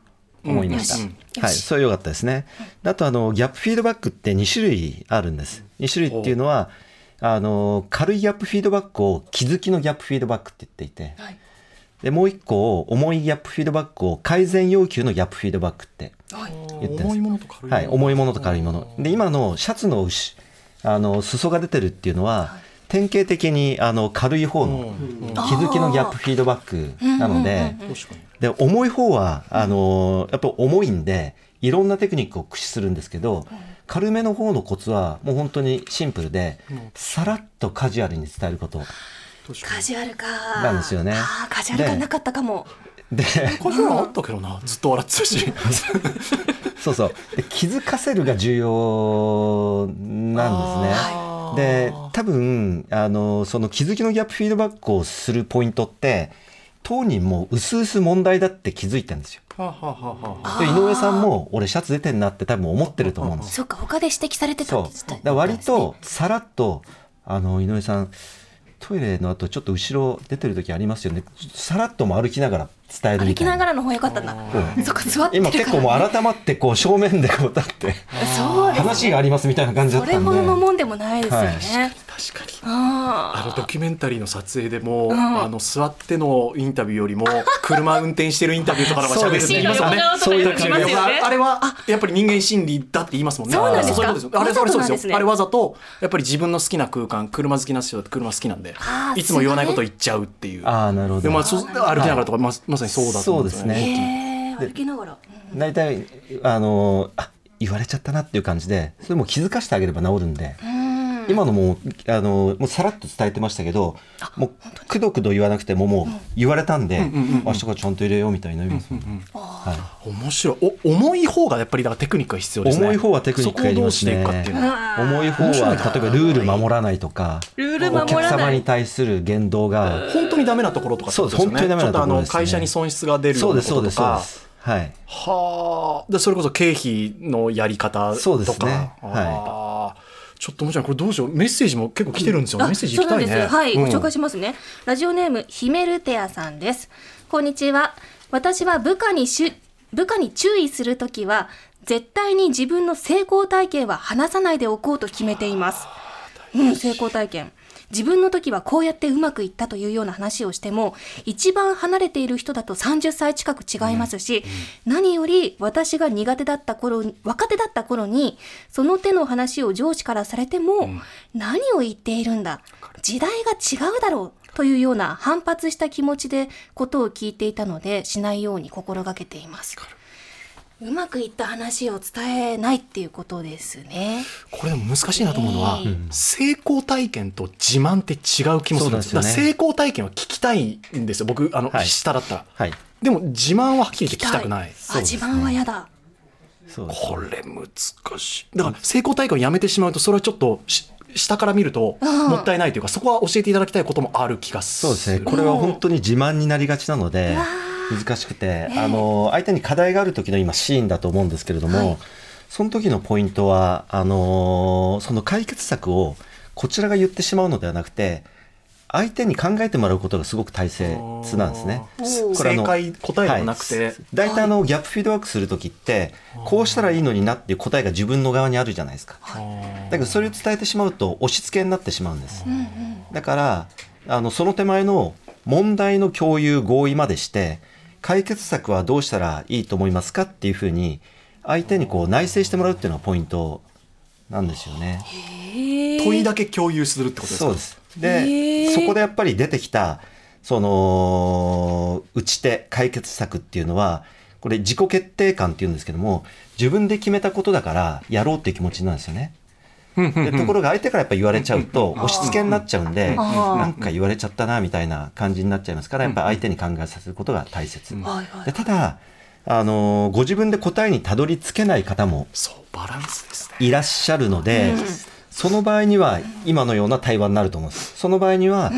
Speaker 3: 思いました。
Speaker 2: うんよ
Speaker 4: し
Speaker 3: はい、
Speaker 4: よし
Speaker 3: それ良かったですね。であとあのギャップフィードバックって2種類あるんです。2種類っていうのはあの軽いギャップフィードバックを気づきのギャップフィードバックって言っていて、
Speaker 4: はい
Speaker 3: でもう一個を重いギャップフィードバックを改善要求のギャップフィードバックって。言ってます
Speaker 2: 重いものと軽いもの。
Speaker 3: はい、重いものと軽いもの。で、今のシャツの牛、あの、裾が出てるっていうのは、典型的にあの軽い方の
Speaker 2: うん
Speaker 3: 気づきのギャップフィードバックなので、
Speaker 2: 確かに。
Speaker 3: で、重い方は、あの、やっぱ重いんで、いろんなテクニックを駆使するんですけど、軽めの方のコツはもう本当にシンプルで、さらっとカジュアルに伝えること。
Speaker 4: カジュアルか。
Speaker 3: なんですよね
Speaker 4: あーカジュアル感
Speaker 3: で
Speaker 4: なかったかも。
Speaker 3: で、
Speaker 2: こういうのあったけどな、ずっと笑ってたし。
Speaker 3: そうそう。で気づかせるが重要なんですね。
Speaker 2: あー
Speaker 3: で多分あのその気づきのギャップフィードバックをするポイントって当人もうすうす問題だって気づいたんですよ。
Speaker 2: はあはあはあはあ
Speaker 3: で井上さんも俺シャツ出てんなって多分思ってると思うんですよ。
Speaker 4: そっか他で指摘されてた
Speaker 3: そ
Speaker 4: ん
Speaker 3: う
Speaker 4: です
Speaker 3: だから割とさらっとあの井上さんトイレの後ちょっと後ろ出てる時ありますよねさらっとも歩きながら伝える
Speaker 4: 歩
Speaker 3: み
Speaker 4: き
Speaker 3: たい
Speaker 4: なが
Speaker 3: な。
Speaker 4: らの方が良かったな。そっか座ってる
Speaker 3: 今
Speaker 4: から、ね。
Speaker 3: 結構もう改まってこう正面でこう立 って
Speaker 4: そうです
Speaker 3: 話がありますみたいな感じだ
Speaker 4: そ
Speaker 3: っ
Speaker 4: れ
Speaker 3: たん
Speaker 4: ほ
Speaker 3: で
Speaker 4: どのもんでもないですよね。
Speaker 2: 確かに。
Speaker 4: あ
Speaker 2: あ
Speaker 4: あ
Speaker 2: のドキュメンタリーの撮影でも、
Speaker 4: ん
Speaker 2: あの座ってのインタビューよりも車運転してるインタビューとかの方が喋るって言いますよね。
Speaker 3: そうですね
Speaker 2: だか
Speaker 4: タ
Speaker 2: ら
Speaker 4: クシーの横顔とか言いますよね
Speaker 2: あれはやっぱり人間心理だって言いますもんね。
Speaker 4: そう
Speaker 3: なんです
Speaker 4: か
Speaker 2: そういうことですよあれ
Speaker 4: わざと
Speaker 2: あれ
Speaker 4: なん
Speaker 2: そう
Speaker 4: で
Speaker 2: ですす
Speaker 4: ね
Speaker 2: よ。あれわざとやっぱり自分の好きな空間、車好きな人だって車好きなんで
Speaker 4: あ、ー
Speaker 2: いつも言わないことを言っちゃうっていう。
Speaker 3: ああなるほど
Speaker 2: でまあそう歩きながらとかままさにそうだと思うんよ
Speaker 3: そうですね
Speaker 4: へー歩きながら。
Speaker 3: 大体あのあ言われちゃったなっていう感じでそれも気づかせてあげれば治るんで、
Speaker 4: うん
Speaker 3: 今のもうあのもうさらっと伝えてましたけどもうくどくど言わなくてももう言われたんで、明日からちゃんと入れようみたいな意味ですもんね
Speaker 2: 面白い。お重い方がやっぱりだからテクニックが必要ですね。
Speaker 3: 重い方はテクニックがいります
Speaker 2: そ
Speaker 3: ね
Speaker 2: こをどうしていくかっていうのは。
Speaker 3: 重い方は例えばルール守らないとか
Speaker 4: ルール
Speaker 3: お
Speaker 4: 守
Speaker 3: 客
Speaker 4: ら
Speaker 3: 様
Speaker 4: な
Speaker 3: に
Speaker 4: い。
Speaker 3: 対する言動が
Speaker 2: 本当にダメなところとかってことですよね。
Speaker 3: そうです本当にダメなと
Speaker 2: ちょっとあ
Speaker 3: ころで
Speaker 2: の
Speaker 3: すね
Speaker 2: 会社に損失が出るよ
Speaker 3: そうう
Speaker 2: な
Speaker 3: です
Speaker 2: こと
Speaker 3: そう
Speaker 2: と
Speaker 3: ですそうで
Speaker 2: か。
Speaker 3: すはい
Speaker 2: はあ、でそれこそ経費のやり方とか、
Speaker 3: そうですね
Speaker 2: あーちょっともちろんこれどうしよう、メッセージも結構来てるんですよ、
Speaker 4: あ
Speaker 2: メッセージ
Speaker 4: そ
Speaker 2: 行
Speaker 4: うな
Speaker 2: きた
Speaker 4: ん
Speaker 2: い
Speaker 4: です。
Speaker 2: ね。
Speaker 4: はい、ご紹介
Speaker 2: し
Speaker 4: しますね。ラジオネームヒメルテアさんです。こんにちは。私は部下にしゅ部下に注意するときは絶対に自分の成功体験は話さないでおこうと決めています。うん、成功体験。自分の時はこうやってうまくいったというような話をしても、一番離れている人だと30歳近く違いますし、何より私が苦手だった頃に、若手だった頃に、その手の話を上司からされても、何を言っているんだ、時代が違うだろうというような反発した気持ちでことを聞いていたので、しないように心がけています。うまくいった話を伝えないっていうことですね。
Speaker 2: これでも難しいなと思うのは、
Speaker 4: う
Speaker 2: 成功体験と自慢って違う気もするんですよ。
Speaker 3: そうなんですよ
Speaker 2: だ
Speaker 3: ね
Speaker 2: から成功体験は聞きたいんですよ、僕、あの、
Speaker 3: はい
Speaker 2: 下だったら。
Speaker 3: はい
Speaker 2: でも自慢ははっきり言って聞きたくない。
Speaker 4: あ、自慢は嫌だ。
Speaker 3: そうです
Speaker 2: これ難しい。だから成功体験をやめてしまうと、それはちょっとし下から見ると
Speaker 4: うん
Speaker 2: もったいないというか、そこは教えていただきたいこともある気がす
Speaker 3: そう
Speaker 2: る。
Speaker 3: ですね。これは本当に自慢になりがちなので、難しくて、あの、相手に課題がある時の今シーンだと思うんですけれども、その時のポイントは、あの、その解決策をこちらが言ってしまうのではなくて、相手に考えてもらうことがすごく大切なんですね。
Speaker 4: おー
Speaker 3: これあの
Speaker 2: 正解答えでもなくて、
Speaker 3: はい、大体あのギャップフィードバックする時ってこうしたらいいのになっていう答えが自分の側にあるじゃないですかだけどそれを伝えてしまうと押し付けになってしまうんですだからあのその手前の問題の共有合意までして解決策はどうしたらいいと思いますかっていうふうに相手にこう内省してもらうっていうのがポイントなんですよね。
Speaker 2: 問いだけ共有するってことですか
Speaker 3: そうです。で、そこでやっぱり出てきた、その、打ち手、解決策っていうのは、これ自己決定感っていうんですけども、自分で決めたことだからやろうっていう気持ちなんですよね。でところが相手からやっぱ言われちゃうと押し付けになっちゃうんで
Speaker 4: あー
Speaker 3: なんか言われちゃったなみたいな感じになっちゃいますからやっぱ相手に考えさせることが大切
Speaker 4: はいはい
Speaker 3: でただあのーご自分で答えにたどり着けない方も
Speaker 2: そうバランスですね
Speaker 3: いらっしゃるので、その場合には今のような対話になると思うんですその場合には、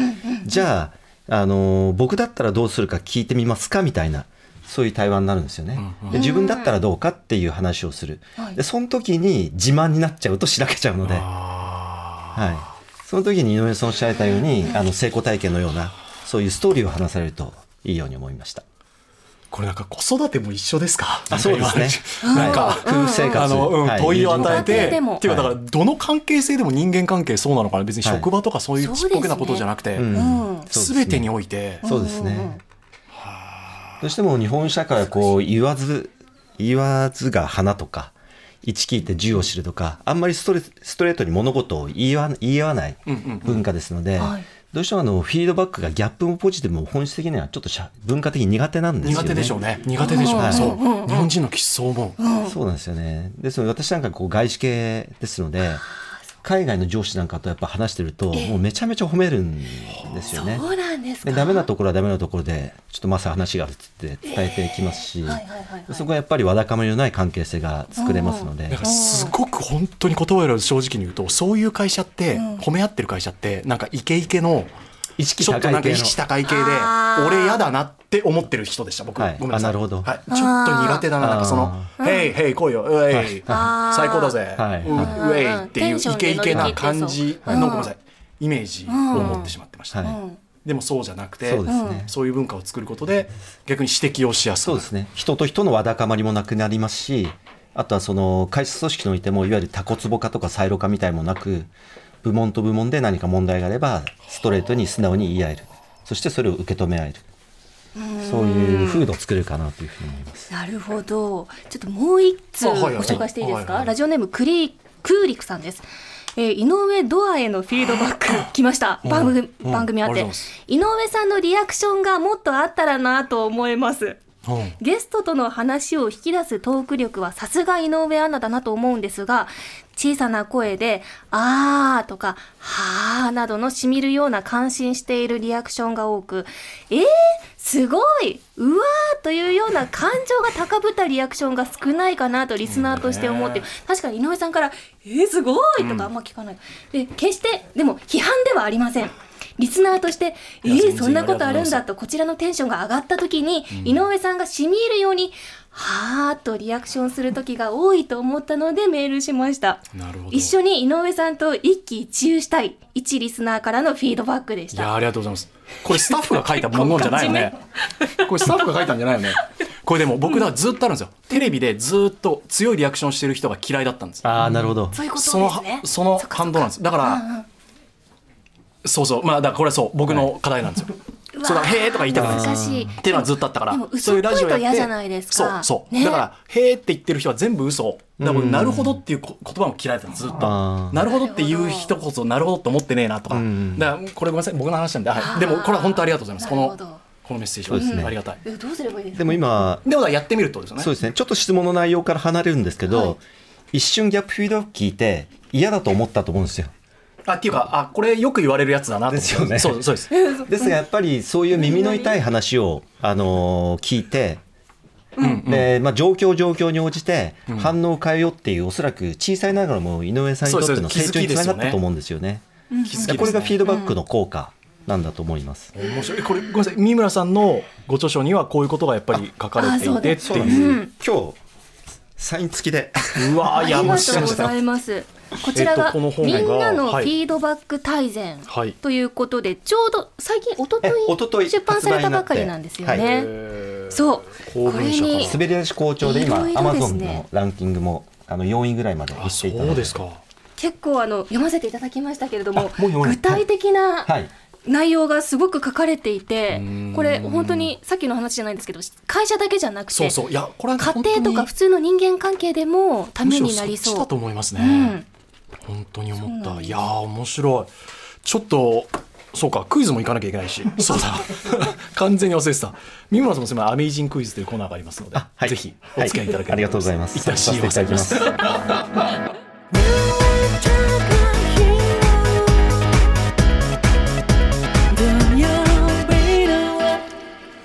Speaker 3: じゃあ、あのー僕だったらどうするか聞いてみますかみたいなそういう対話になるんですよね、で自分だったらどうかっていう話をする、
Speaker 4: はい
Speaker 3: でその時に自慢になっちゃうとしらけちゃうので、はい、その時に井上さんおっしゃられたように、あの成功体験のようなそういうストーリーを話されるといいように思いました
Speaker 2: これなんか子育ても一緒ですか
Speaker 3: あそうですね
Speaker 2: なんか、
Speaker 3: 夫婦生活、
Speaker 2: あの、うん
Speaker 3: はい
Speaker 2: 問いを与え
Speaker 4: 友
Speaker 2: て、
Speaker 4: 達でも
Speaker 2: っていうか、だから、どの関係性でも人間関係そうなのかな、別に
Speaker 3: はい
Speaker 2: 職場とかそういうちっぽけなことじゃなくて、
Speaker 3: うん
Speaker 4: うん
Speaker 3: そうですす
Speaker 2: べ、
Speaker 3: ね
Speaker 2: てにおいて、
Speaker 3: そうですね。どうしても日本社会はこう言わず言わずが花とか1聞いて10を知るとかあんまりストレストレートに物事を言いわ言い合わない文化ですので、
Speaker 4: はい
Speaker 3: どうしてもあのフィードバックがギャップもポジティブも本質的にはちょっとしゃ文化的に苦手なんですよね。
Speaker 2: 苦手でしょうね。苦手でしょうね。
Speaker 3: はい
Speaker 2: そう。日本人の気質を思う。
Speaker 3: そうなんですよね。ですので私なんかこう外資系ですので海外の上司なんかとやっぱ話してるともうめちゃめちゃ褒めるんですよね。
Speaker 4: そうなんですか
Speaker 3: でダメなところはダメなところでちょっとまさ話があるっつって伝えていきますし、
Speaker 4: はいはいはいはい
Speaker 3: そこはやっぱりわだかまりのない関係性が作れますので
Speaker 2: だからすごく本当に言葉より正直に言うとそういう会社って、褒め合ってる会社ってなんかイケイケの
Speaker 3: 意識
Speaker 2: ちょっと
Speaker 3: 高
Speaker 2: ないんか
Speaker 3: 系
Speaker 2: 意
Speaker 3: の
Speaker 2: 識高い系で
Speaker 4: あー
Speaker 2: 俺嫌だなって思ってる人でした僕、
Speaker 3: はい
Speaker 2: ごめんなさい
Speaker 3: あなるほど
Speaker 2: はい、ちょっと苦手だななんかその「ヘイヘイ来いようえい
Speaker 4: あー
Speaker 2: 最高だぜ、
Speaker 3: はいう
Speaker 4: ん
Speaker 2: うえい」っていう
Speaker 4: テンショ
Speaker 2: イ
Speaker 4: ンで
Speaker 2: ケイケな感じ
Speaker 4: 乗り切ってそう
Speaker 2: の、
Speaker 4: うん
Speaker 2: ごめんなさいイメージを持ってしまってました、
Speaker 3: はい
Speaker 4: うん
Speaker 2: でもそうじゃなくて
Speaker 3: そうですね
Speaker 2: そういう文化を作ることで逆に指摘をしやすく
Speaker 3: そうですね人と人のわだかまりもなくなりますしあとはその会社組織においてもいわゆるタコツボ化とかサイロ化みたいもなく部門と部門で何か問題があればストレートに素直に言い合えるそしてそれを受け止め合えるそういう風土を作れるかなというふうに思います。
Speaker 4: なるほど。ちょっともう一通
Speaker 2: あ
Speaker 4: ご
Speaker 2: はいはい
Speaker 4: 紹介していいですか。
Speaker 2: はいはい
Speaker 4: ラジオネームクリクーリクさんです。えー井上ドアへのフィードバック来ました番組
Speaker 2: うん
Speaker 4: 番組あっ
Speaker 2: ありがとうござい
Speaker 4: て
Speaker 2: ます
Speaker 4: 井上さんのリアクションがもっとあったらなと思います
Speaker 2: うん
Speaker 4: ゲストとの話を引き出すトーク力はさすが井上アナだなと思うんですが小さな声で「あー」とか「はー」などのしみるような感心しているリアクションが多く「えー、すごいうわー」というような感情が高ぶったリアクションが少ないかなとリスナーとして思って確かに井上さんから「えー、すごい!」とかあんま聞かない、で決してでも批判ではありませんリスナーとして「え
Speaker 2: いや全
Speaker 4: ー、
Speaker 2: 然
Speaker 4: そんなことあ
Speaker 2: ありがとうござい
Speaker 4: る
Speaker 2: ま
Speaker 4: ん
Speaker 2: す
Speaker 4: だ」とこちらのテンションが上がった時に、井上さんがしみ入るように「はー」とリアクションする時が多いと思ったのでメールしました
Speaker 2: なるほど
Speaker 4: 一緒に井上さんと一喜一憂したい一リスナーからのフィードバックでし
Speaker 2: いや
Speaker 4: た
Speaker 2: ーありがとうございます。これスタッフが書いた文言じゃないよね。 これスタッフが書いたんじゃないよね。これでも僕だからずっとあるんですよ。テレビでずっと強いリアクションしてる人が嫌いだったんですよ。
Speaker 3: ああなるほど
Speaker 4: そういうこと
Speaker 2: その
Speaker 4: ですね
Speaker 2: その反動なんです。だから、そうそうまあだからこれはそう僕の課題なんですよ。 そうだへーとか言いたくないです。
Speaker 4: 難しい
Speaker 2: っていうのはずっとあったから。
Speaker 4: でも嘘
Speaker 2: そううラジオや
Speaker 4: っぽいと嫌じゃないですか
Speaker 2: そうそう。
Speaker 4: ね
Speaker 2: だからへーって言ってる人は全部嘘。だから僕なるほどっていうこ言葉も嫌いだったのずっと。
Speaker 3: あー
Speaker 2: なるほどっていう人こそなるほどって思ってねえなとか、
Speaker 3: ん
Speaker 2: だからこれごめんなさい僕の話なんで、はい、でもこれは本当ありがとうございますこ
Speaker 4: な
Speaker 2: の
Speaker 4: るほど
Speaker 2: このメッセージ
Speaker 3: そうですね
Speaker 2: はありがたい、
Speaker 4: えどうすればいいですか
Speaker 3: でも今
Speaker 2: でもだからやってみるってことですよね
Speaker 3: そうですね、ちょっと質問の内容から離れるんですけど、
Speaker 4: はい
Speaker 3: 一瞬ギャップフィードバック聞いて、嫌だと思ったと思うんですよ。
Speaker 2: あっていうかあこれよく言われるやつだなと思って
Speaker 3: ですよね
Speaker 2: そうそうです
Speaker 3: ですが、やっぱりそういう耳の痛い話を、あのー聞いて、でまあ、状況状況に応じて反応を変えようっていう、おそらく小さいながらも井上さんにとっての
Speaker 2: そうです
Speaker 3: 成
Speaker 2: そうです
Speaker 3: 長
Speaker 2: 気づ
Speaker 3: に
Speaker 2: きで
Speaker 3: つな
Speaker 2: すよね
Speaker 3: がったと思うんですよね。
Speaker 2: 気づきです、
Speaker 3: で
Speaker 2: ね、
Speaker 3: これがフィードバックの効果なんだと思います。
Speaker 2: 面白いこれごめんなさい三村さんのご著書にはこういうことがやっぱり書かれていてっていう
Speaker 3: 今日サイン付きで
Speaker 2: うわーいや
Speaker 4: あり
Speaker 2: もう
Speaker 4: が
Speaker 2: し
Speaker 4: とうございますこちら
Speaker 2: えっ
Speaker 4: が
Speaker 2: とこの
Speaker 4: み
Speaker 2: 本が
Speaker 4: んなのフ
Speaker 2: はい
Speaker 4: ィードバック大全
Speaker 2: はい
Speaker 4: ということで、ちょうど最近一
Speaker 3: え一
Speaker 4: 昨
Speaker 3: 昨
Speaker 4: 日
Speaker 3: 日
Speaker 4: 出版されたばかりなんですよ
Speaker 3: 発売に
Speaker 4: ね。そう
Speaker 2: 公文社か
Speaker 4: これ
Speaker 2: ら
Speaker 4: に
Speaker 3: 滑り出し好調で
Speaker 4: い
Speaker 3: 今
Speaker 4: ろい
Speaker 3: ア
Speaker 4: ろ
Speaker 3: マ
Speaker 4: で
Speaker 3: ゾ
Speaker 4: す
Speaker 3: ン
Speaker 4: ね
Speaker 3: のランキングもあの4位ぐらいまで
Speaker 2: あ
Speaker 3: 落ち
Speaker 2: そ
Speaker 3: ていたの
Speaker 2: うですか
Speaker 4: 結構あの読ませていただきましたけれども
Speaker 3: あもう読まれ
Speaker 4: 具体的な
Speaker 3: はい
Speaker 4: 内容がすごく書かれていて、
Speaker 2: うん
Speaker 4: これ本当にさっきの話じゃないんですけど会社だけじゃなくて
Speaker 2: そうそういやこれは
Speaker 4: 家
Speaker 2: 本当に
Speaker 4: 庭とか普通の人間関係でもためになり
Speaker 2: むしろそっち
Speaker 4: そ
Speaker 2: だ
Speaker 4: う
Speaker 2: と。思いますね、
Speaker 4: うん
Speaker 2: 本当に思っ
Speaker 4: そうな
Speaker 2: た
Speaker 4: んです
Speaker 2: いやー面白いちょっとそうかクイズも行かなきゃいけないしそうだ完全に忘れてた三村さんもすみませんアメイジングクイズというコーナーがありますので、
Speaker 3: あはい
Speaker 2: ぜひお付き合いいただければ、
Speaker 3: ありがとうございます
Speaker 2: いたし
Speaker 3: 参加させていただきます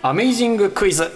Speaker 2: アメイジングクイズ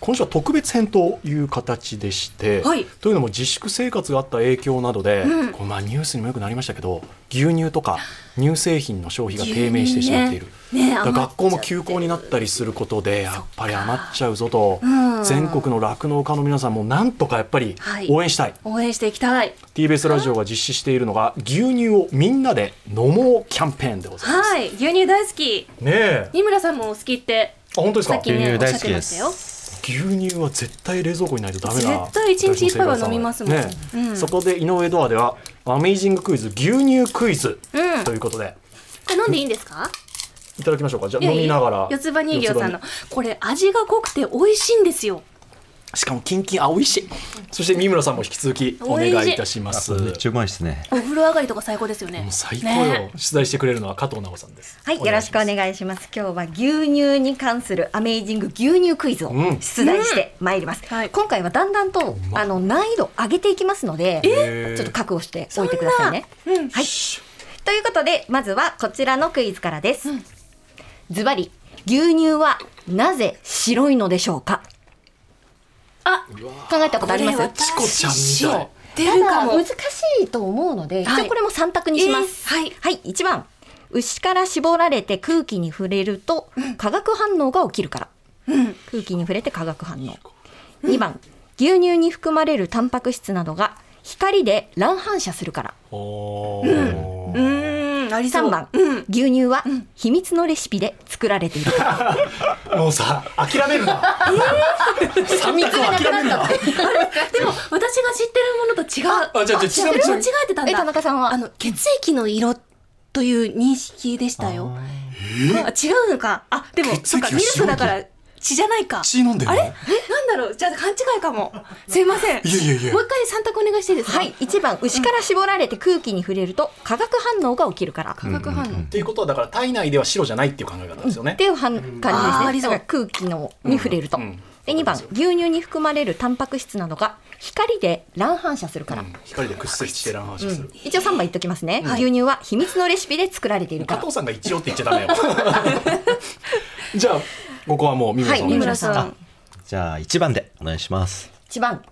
Speaker 2: 今週は特別編という形でして、
Speaker 4: はい
Speaker 2: というのも自粛生活があった影響などで、
Speaker 4: うん
Speaker 2: こうまあニュースにもよくなりましたけど牛乳とか乳製品の消費が低迷してしまっている、
Speaker 4: 牛乳ねね
Speaker 2: だから
Speaker 4: 余っちゃっ
Speaker 2: 学
Speaker 4: て
Speaker 2: 校も休校になったりすることでやっぱり余っちゃうぞと、
Speaker 4: うん
Speaker 2: 全国の酪農家の皆さんもなんとかやっぱり
Speaker 4: はい
Speaker 2: 応援したい、
Speaker 4: 応援していきたい。
Speaker 2: TBS ラジオが実施しているのが牛乳をみんなで飲もうキャンペーンでございます。
Speaker 4: はい、牛乳大好き。
Speaker 2: ねえ
Speaker 4: 三村さんもお好きって。
Speaker 2: あ本当です
Speaker 4: さ
Speaker 2: か
Speaker 4: っきね、
Speaker 3: 牛乳
Speaker 4: おっ
Speaker 3: 大
Speaker 4: しゃ
Speaker 3: 好
Speaker 4: って
Speaker 3: きで
Speaker 4: ました
Speaker 3: す
Speaker 4: よ。
Speaker 2: 牛乳は絶対冷蔵庫にないとダメな
Speaker 4: 絶対一日一杯は飲みますもん
Speaker 2: ね
Speaker 4: うん
Speaker 2: そこで井上ドアではアメイジングクイズ牛乳クイズ
Speaker 4: うん
Speaker 2: ということで、
Speaker 4: これ飲んでいいんですか。
Speaker 2: いただきましょうかじゃあ
Speaker 4: いや
Speaker 2: 飲みながら
Speaker 4: 四つ葉人形さんの
Speaker 2: 四つ葉。
Speaker 4: これ味が濃くて美味しいんですよ。
Speaker 2: にしかもキンキンあ美味しいそして三村さんも引き続きお願いいたします
Speaker 3: あめっちゃうまいですね
Speaker 4: お風呂上がりとか最高ですよね。
Speaker 2: もう最高よ、
Speaker 4: ね
Speaker 2: 取材してくれるのは加藤直さんです
Speaker 5: はい、よろしくお
Speaker 2: い
Speaker 5: 願いします。今日は牛乳に関するアメイジング牛乳クイズを
Speaker 2: うん
Speaker 5: 出題してまいります。
Speaker 4: うんはい
Speaker 5: 今回はだんだんと
Speaker 2: まっ
Speaker 5: あの難易度上げていきますので、
Speaker 2: え
Speaker 5: ちょっと覚悟しておいてくださいね。はい。ということでまずはこちらのクイズからです。ズバリ牛乳はなぜ白いのでしょうか。
Speaker 4: あ、
Speaker 5: 考えたことあります。
Speaker 4: これ
Speaker 2: チコちゃんみたい
Speaker 4: 出
Speaker 5: た
Speaker 4: るか
Speaker 5: だ
Speaker 4: も
Speaker 5: 難。しいと思うので、
Speaker 4: はい
Speaker 5: 一応これも3択にします。
Speaker 4: えーはい
Speaker 5: はい、1番。牛から絞られて空気に触れると化学反応が起きるから。空気に触れて化学反応。2番。牛乳に含まれるタンパク質などが光で乱反射するから。
Speaker 2: おー
Speaker 4: うーん、ありそう。
Speaker 5: 3番。牛乳は秘密のレシピで作られているから。
Speaker 2: もうさ諦めるな、三択は諦めるな
Speaker 4: でも私が知ってるものと違う。
Speaker 2: あじゃあじゃあ違う
Speaker 4: それも
Speaker 2: 違う
Speaker 4: 違えてたんだ。
Speaker 5: え、田中さんは
Speaker 4: あの血液の色という認識でしたよ。あ違うのか。あでも
Speaker 2: 血
Speaker 4: そっ
Speaker 2: 液が
Speaker 4: かミルクだか
Speaker 2: 白
Speaker 4: ら血じゃないか。
Speaker 2: 血飲んでる
Speaker 4: あ
Speaker 2: の
Speaker 4: れ？えなんだろう。じゃあ勘違いかも。すいません。
Speaker 2: いやいやいや
Speaker 4: もう一回三択お願いしていいですか。
Speaker 5: はい、。1番。牛から絞られて空気に触れると化学反応が起きるから。
Speaker 4: 化学反応。
Speaker 2: っていうことはだから体内では白じゃないっていう考え方ですよね
Speaker 5: っていうはん
Speaker 4: あーあ
Speaker 5: 感
Speaker 4: り
Speaker 5: じです
Speaker 4: そう
Speaker 5: ね。だから空気のに触れると。
Speaker 2: うんうん
Speaker 5: で2番牛乳に含まれるタンパク質などが光で乱反射するから、
Speaker 2: 光で屈折して乱反射する、
Speaker 5: 一応3番言っときますね、牛乳は秘密のレシピで作られている
Speaker 2: 加
Speaker 5: から
Speaker 2: 藤さんが一応って言っちゃダメよ じゃあここはもう三村さんお
Speaker 5: はい
Speaker 4: 三
Speaker 2: 願いしま
Speaker 4: 村
Speaker 2: す、
Speaker 4: さん。
Speaker 3: じゃあ1番でお願いします
Speaker 5: 1番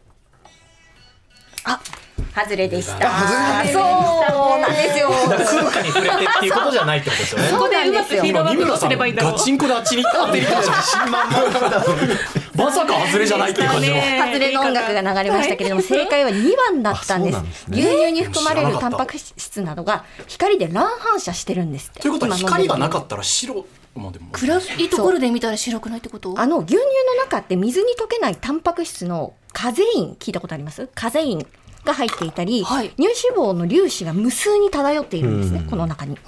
Speaker 5: あ外れでしたそうなんですよ
Speaker 2: だ から空間に触れてっていうことじゃないってことですよね
Speaker 4: ここでうまくフィードバックど
Speaker 2: 三村
Speaker 4: うす
Speaker 2: さん
Speaker 4: ればいいんだろう
Speaker 2: ガ。チンコであっちに行ったって言ってたじゃんまさか外れじゃないっていう感じの
Speaker 4: ね
Speaker 5: 外れの音楽が流れましたけれども正解は2番だったんです
Speaker 3: あそうなんですね
Speaker 5: 牛乳に含まれるタンパク質などが光で乱反射してるんですって
Speaker 2: ということは光がなか
Speaker 5: った
Speaker 2: ったら白まあでも
Speaker 4: 暗いところで見たら白くないってこと？
Speaker 5: あの牛乳の中って水に溶けないタンパク質のカゼイン聞いたことありますカゼインが入っていたり、
Speaker 4: はい
Speaker 5: 乳脂肪の粒子が無数に漂っているんですね、この中に、
Speaker 4: ん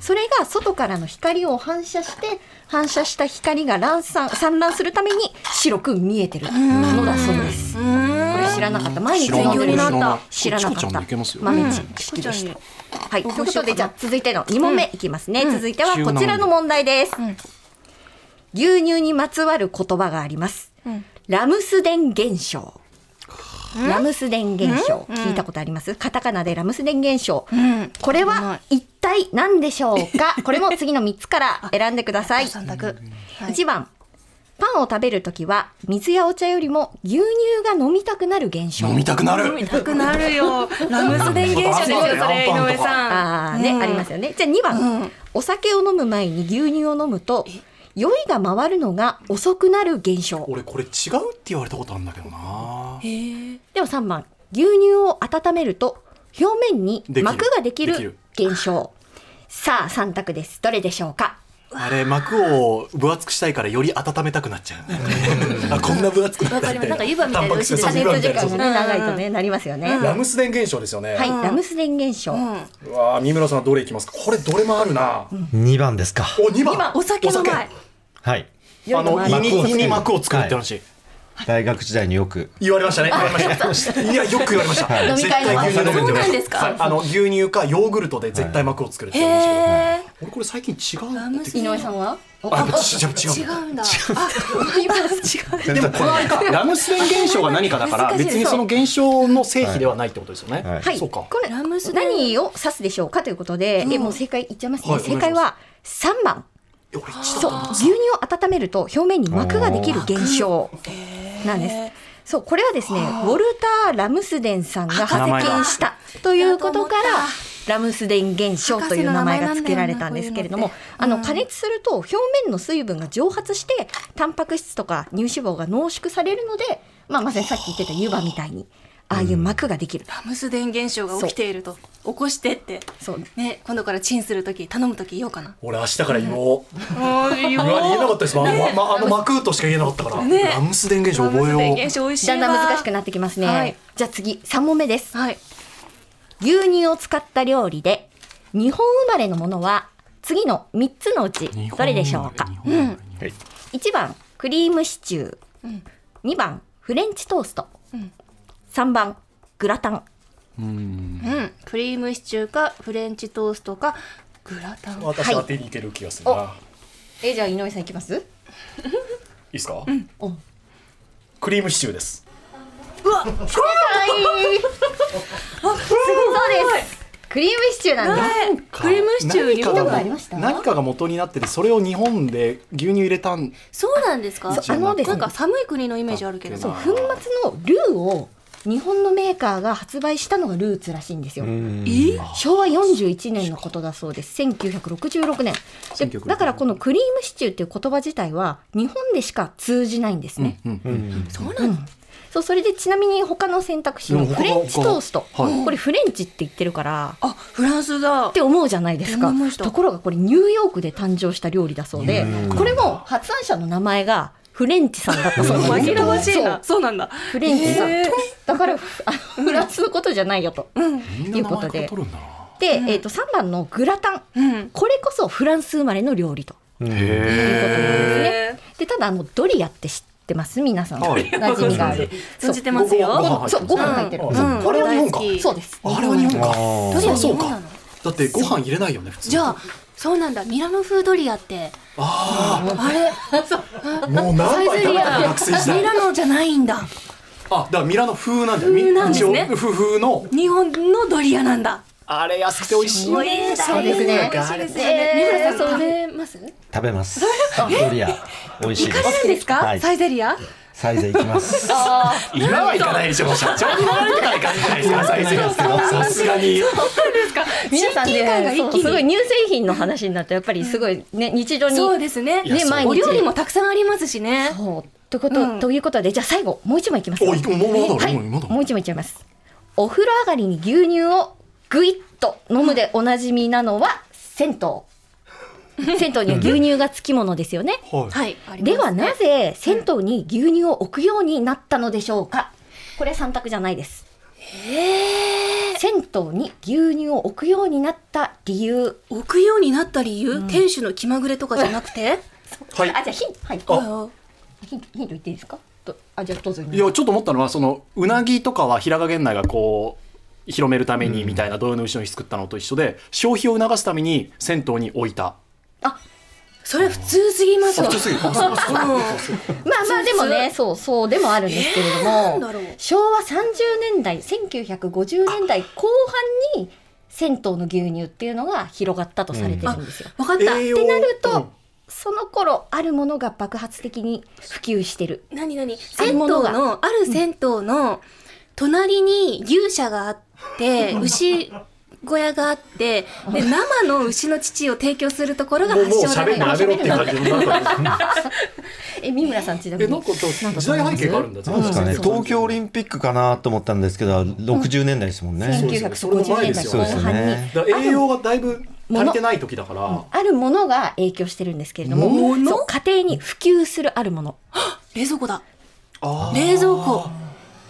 Speaker 5: それが外からの光を反射して反射した光が乱散散乱するために白く見えてるものだそうですこれ知らなかった毎日
Speaker 2: 知らなか
Speaker 5: 飲
Speaker 2: った
Speaker 5: んでる人
Speaker 2: 知らな
Speaker 5: 知らな
Speaker 2: チ
Speaker 5: か
Speaker 2: コちゃんもい
Speaker 5: っ
Speaker 2: けます
Speaker 5: た
Speaker 2: よ
Speaker 5: 豆
Speaker 4: うん
Speaker 5: 知識でした、
Speaker 4: チコ
Speaker 5: はい、ということでじゃあ続いての2問目いきますね、続いては
Speaker 2: 急な
Speaker 5: こ
Speaker 2: 問題
Speaker 5: ちらの問題です、
Speaker 4: ん
Speaker 5: 牛乳にまつわる言葉があります、
Speaker 4: ん
Speaker 5: ラムスデン現象ラムスデン現象、聞いたことありますカタカナでラムスデン現象、
Speaker 4: ん
Speaker 5: これ
Speaker 4: 知らな
Speaker 5: はい一体何でしょうかこれも次の3つから選んでくだ さい
Speaker 4: 三択。はい
Speaker 5: 1番パンを食べるときは水やお茶よりも牛乳が飲みたくなる現象
Speaker 2: 飲みたくなる
Speaker 4: 痛くなるよ。ラムスデン現象ですよ、そ
Speaker 2: うん
Speaker 4: れ、井上
Speaker 5: あ
Speaker 4: さ
Speaker 5: ー
Speaker 4: ん。
Speaker 5: ね、ありますよね。じゃあ2番、
Speaker 4: うん
Speaker 5: お酒を飲む前に牛乳を飲むと酔いが回るのが遅くなる現象。
Speaker 2: 俺これ違うって言われたことあるんだけどな
Speaker 4: へー
Speaker 5: では3番牛乳を温めると表面に
Speaker 2: できる
Speaker 5: 膜ができ
Speaker 2: でき
Speaker 5: る
Speaker 2: る
Speaker 5: 現象さあ3択ですどれでしょうか
Speaker 2: あれ膜を分厚くしたいからより温めたくなっちゃう、あこんな分厚くなったみたいな
Speaker 4: わかりますなんか湯葉みたいな
Speaker 2: タンパク質
Speaker 4: 薄
Speaker 5: 加
Speaker 4: い
Speaker 5: 熱時間
Speaker 2: そうそう
Speaker 5: がね
Speaker 4: うん
Speaker 5: 長いとねなりますよね、
Speaker 2: ラムスデン現象ですよね、
Speaker 5: はい、ラムスデン現象、
Speaker 4: うん
Speaker 2: うわあ三村さんどれいきますかこれどれもあるな、
Speaker 3: 2番ですか。
Speaker 2: お二番
Speaker 4: 二番お酒の前
Speaker 3: はい。
Speaker 2: あの胃
Speaker 3: い
Speaker 2: に胃に膜
Speaker 3: 膜
Speaker 2: を
Speaker 3: を
Speaker 2: 作
Speaker 3: 作
Speaker 2: る
Speaker 3: る
Speaker 2: って話、
Speaker 3: 大学時代によく。
Speaker 2: 言われましたね。言われました。いや、よく言われました。
Speaker 3: はい
Speaker 5: 飲み
Speaker 2: 絶
Speaker 5: 会
Speaker 2: 対
Speaker 5: の
Speaker 2: 牛乳飲めって
Speaker 4: そう
Speaker 2: 言われま
Speaker 4: なんですか
Speaker 2: はいあの牛乳かヨーグルトで絶対膜を作るって言われましたけど。
Speaker 4: へえ
Speaker 2: 俺これ最近違う
Speaker 4: ラ
Speaker 2: んだ
Speaker 4: ム
Speaker 2: っ
Speaker 4: ス
Speaker 2: て。
Speaker 5: 井上さんは
Speaker 2: あ、やっぱ違う違
Speaker 4: 違
Speaker 2: う。
Speaker 4: うんだあ今の違う
Speaker 2: でもこれあれかラムスデン現象が何かだから
Speaker 4: 難しい
Speaker 2: 別にその現象の成否ではないってことですよね。
Speaker 3: はい
Speaker 5: はい、
Speaker 2: そうか。
Speaker 5: これ
Speaker 4: ラムスデン
Speaker 5: 何を指すでしょうかということで、えもう正解言っちゃいますね、
Speaker 2: はい
Speaker 5: 正解は3番
Speaker 2: え俺一
Speaker 5: そう牛乳を温めると表面に膜ができる現象なんです。そうこれはですねウォルター・ラムスデンさんが
Speaker 2: 名前
Speaker 5: 発
Speaker 2: だ
Speaker 5: 見したということから
Speaker 4: いやと思っ
Speaker 5: ラムスデン現象という名前が付けられたんですけれどもあの加熱すると表面の水分が蒸発してタンパク質とか乳脂肪が濃縮されるので、まあ、まさにさっき言ってた湯葉みたいにああいう膜ができる。
Speaker 4: ラムスデン現象が起きていると起こしてって
Speaker 5: そう
Speaker 4: ね今度からチンするとき頼むとき言おうかな
Speaker 2: 俺明日から言おう。
Speaker 4: もう言
Speaker 2: うわ言えなかったです。まあまああの膜としか言えなかったから。
Speaker 4: ね
Speaker 2: ラムスデン現象覚えよう。
Speaker 4: 現象美味しい
Speaker 5: だんだん難しく
Speaker 4: な
Speaker 5: なってきますね。
Speaker 4: はい
Speaker 5: じゃあ次3問目です。
Speaker 4: はい
Speaker 5: 牛乳を使った料理で日本生まれのものは次の3つのうち
Speaker 2: 日本
Speaker 5: どれでしょうか
Speaker 2: 日本
Speaker 4: うん
Speaker 3: はい。
Speaker 5: 1番クリームシチュー、2番フレンチトースト、3番グラタン
Speaker 2: うん。
Speaker 4: うんクリームシチューかフレンチトーストかグラタン
Speaker 2: 私当てにいける気がするな。い
Speaker 5: おえじゃあ井上さんいきます
Speaker 2: いですか
Speaker 5: お？
Speaker 2: クリームシチューです。
Speaker 5: はいそうですクリームシチューなんです
Speaker 4: クリームシチューに
Speaker 5: 見たことありました
Speaker 2: 何かが元になっててそれを日本で牛乳入れたん
Speaker 4: そうなんですか
Speaker 5: そうあのですね
Speaker 4: なんか寒い国のイメージあるけど
Speaker 2: そ
Speaker 5: そうう粉末のルーを日本のメーカーが発売したのがルーツらしいんですよ。
Speaker 4: え
Speaker 5: 昭和41年のことだそうです1966年で
Speaker 2: 1966
Speaker 5: だからこのクリームシチューっていう言葉自体は日本でしか通じないんですね、
Speaker 4: そうなん
Speaker 5: そうそれでちなみに他の選択肢
Speaker 2: う
Speaker 5: の
Speaker 2: ん他
Speaker 5: フレンチトースト、
Speaker 2: 他はい
Speaker 5: これフレンチって言ってるから
Speaker 4: あフランスだ
Speaker 5: って思うじゃないですか
Speaker 4: 思いました
Speaker 5: ところがこれニューヨークで誕生した料理だそうでこれも発案者の名前がフレンチさんだったそうなんです
Speaker 4: 紛らわしい
Speaker 5: そう
Speaker 4: なそうなんだ
Speaker 5: フレンチさん、
Speaker 4: へー
Speaker 5: だからあのフランスのことじゃないよと。
Speaker 2: みん
Speaker 5: という
Speaker 2: な名
Speaker 5: こ
Speaker 2: 前
Speaker 5: と
Speaker 2: か
Speaker 5: で
Speaker 2: ら取るんだな
Speaker 5: で、えー、と3番のグラタン、
Speaker 4: うん
Speaker 5: これこそフランス生まれの料理と。
Speaker 4: へ
Speaker 5: でただあのドリアって知ってます皆さん、
Speaker 2: はい
Speaker 5: 馴染みがあ
Speaker 4: ー
Speaker 5: る
Speaker 4: 存じてますよ
Speaker 2: ごごご
Speaker 5: そうご飯入ってる、
Speaker 2: う
Speaker 5: うんん
Speaker 2: これは日本か
Speaker 4: 大好き
Speaker 5: そうです
Speaker 2: あれは日本か
Speaker 3: あ
Speaker 5: ー
Speaker 2: そうそう
Speaker 4: ドリア日本な
Speaker 2: か
Speaker 4: の
Speaker 2: だってご飯入れないよね普通
Speaker 4: じゃあそうなんだミラノ風ドリアって
Speaker 2: あ
Speaker 4: あれ
Speaker 2: あもう何
Speaker 4: サイゼ
Speaker 2: 杯食
Speaker 4: リ
Speaker 2: べた
Speaker 4: ア
Speaker 2: か学生時代
Speaker 4: ミラノじゃないんだ
Speaker 2: あだからミラノ風なんだよみ
Speaker 4: 風なんですね
Speaker 2: 一応風風の
Speaker 4: 日本のドリアなんだ
Speaker 2: あれ安くて美味しいよね
Speaker 5: そうですね
Speaker 2: 美味しいですよ
Speaker 4: 三
Speaker 5: ね
Speaker 4: 村さん食べます
Speaker 3: 食べます。ドリア。美味しいで
Speaker 4: 行かれ
Speaker 3: す。
Speaker 4: るんですか、
Speaker 3: はい
Speaker 4: サイゼリア
Speaker 3: サイゼ行きます。
Speaker 2: 今は行かないでしょもう社長になられてから行かないですかサイゼリヤってさすがに
Speaker 5: 皆さ
Speaker 4: 親
Speaker 5: ん
Speaker 4: 近感が
Speaker 5: ね
Speaker 4: 一気
Speaker 5: そ
Speaker 4: に
Speaker 5: うすごい乳製品の話になるとやっぱりすごいね日常に
Speaker 4: そうですね
Speaker 2: いや
Speaker 5: ね
Speaker 2: そう
Speaker 5: 毎日
Speaker 4: お料理もたくさんありますしね
Speaker 5: そうということ、
Speaker 4: うん
Speaker 5: ということでじゃあ最後もう一問いきます
Speaker 2: おいもうまだ
Speaker 5: は
Speaker 2: あ
Speaker 5: い
Speaker 2: るもうまだある
Speaker 5: もう一問いっちゃいますお風呂上がりに牛乳をぐいっと飲むでおなじみなのは銭 湯銭湯には牛乳がつきものですよね
Speaker 2: はい
Speaker 4: はいあります
Speaker 5: ではなぜ銭湯に牛乳を置くようになったのでしょうかこれ三択じゃないです銭湯に牛乳を置くようになった理由
Speaker 4: 置くようになった理由、店主の気まぐれとかじゃなくて、
Speaker 2: はい
Speaker 5: あじゃあヒントはい
Speaker 2: あ
Speaker 4: あ
Speaker 5: ヒントヒント言っていいですかどあじゃあどうぞ
Speaker 2: いやちょっと思ったのはそのうなぎとかは平賀源内がこう広めるためにみたいな土用の牛の日作ったのと一緒で消費を促すために銭湯に置いた
Speaker 4: それ普通すぎますわ
Speaker 2: 普通すぎるあそうそう
Speaker 5: まあまあでもねそうそうでもあるんですけれど
Speaker 4: なん
Speaker 5: も、
Speaker 4: だろう
Speaker 5: 昭和30年代1950年代後半に銭湯の牛乳っていうのが広がったとされてるんですよ。
Speaker 4: わかった、
Speaker 2: 栄養
Speaker 5: ってなると、
Speaker 2: うん
Speaker 5: その頃あるものが爆発的に普及してる。
Speaker 4: 何何
Speaker 5: あ
Speaker 4: 銭
Speaker 5: る
Speaker 4: 湯
Speaker 5: ものが
Speaker 4: のある銭湯の隣に牛舎があって牛小屋があってで生の牛の乳を提供するところが
Speaker 2: もうもう
Speaker 4: 発祥だ
Speaker 2: 喋
Speaker 4: ね
Speaker 2: るのやめろっていう感じになったんです
Speaker 5: え三村さんちなみ
Speaker 2: え
Speaker 5: に
Speaker 2: なんか時代背景があるんだ。
Speaker 3: なんですか
Speaker 2: 全然
Speaker 3: ね、東京オリンピックかなと思ったんですけど、60年代ですもんね。
Speaker 5: 1960年代
Speaker 2: そ
Speaker 5: 後
Speaker 2: う
Speaker 3: ですよ
Speaker 5: 半に、
Speaker 3: ね
Speaker 2: だから栄養がだいぶ足りてない時だから。
Speaker 5: あるものが影響してるんですけれども
Speaker 2: もの
Speaker 5: そう家庭に普及するあるもの
Speaker 4: 冷蔵庫だ
Speaker 2: あー
Speaker 4: 冷蔵庫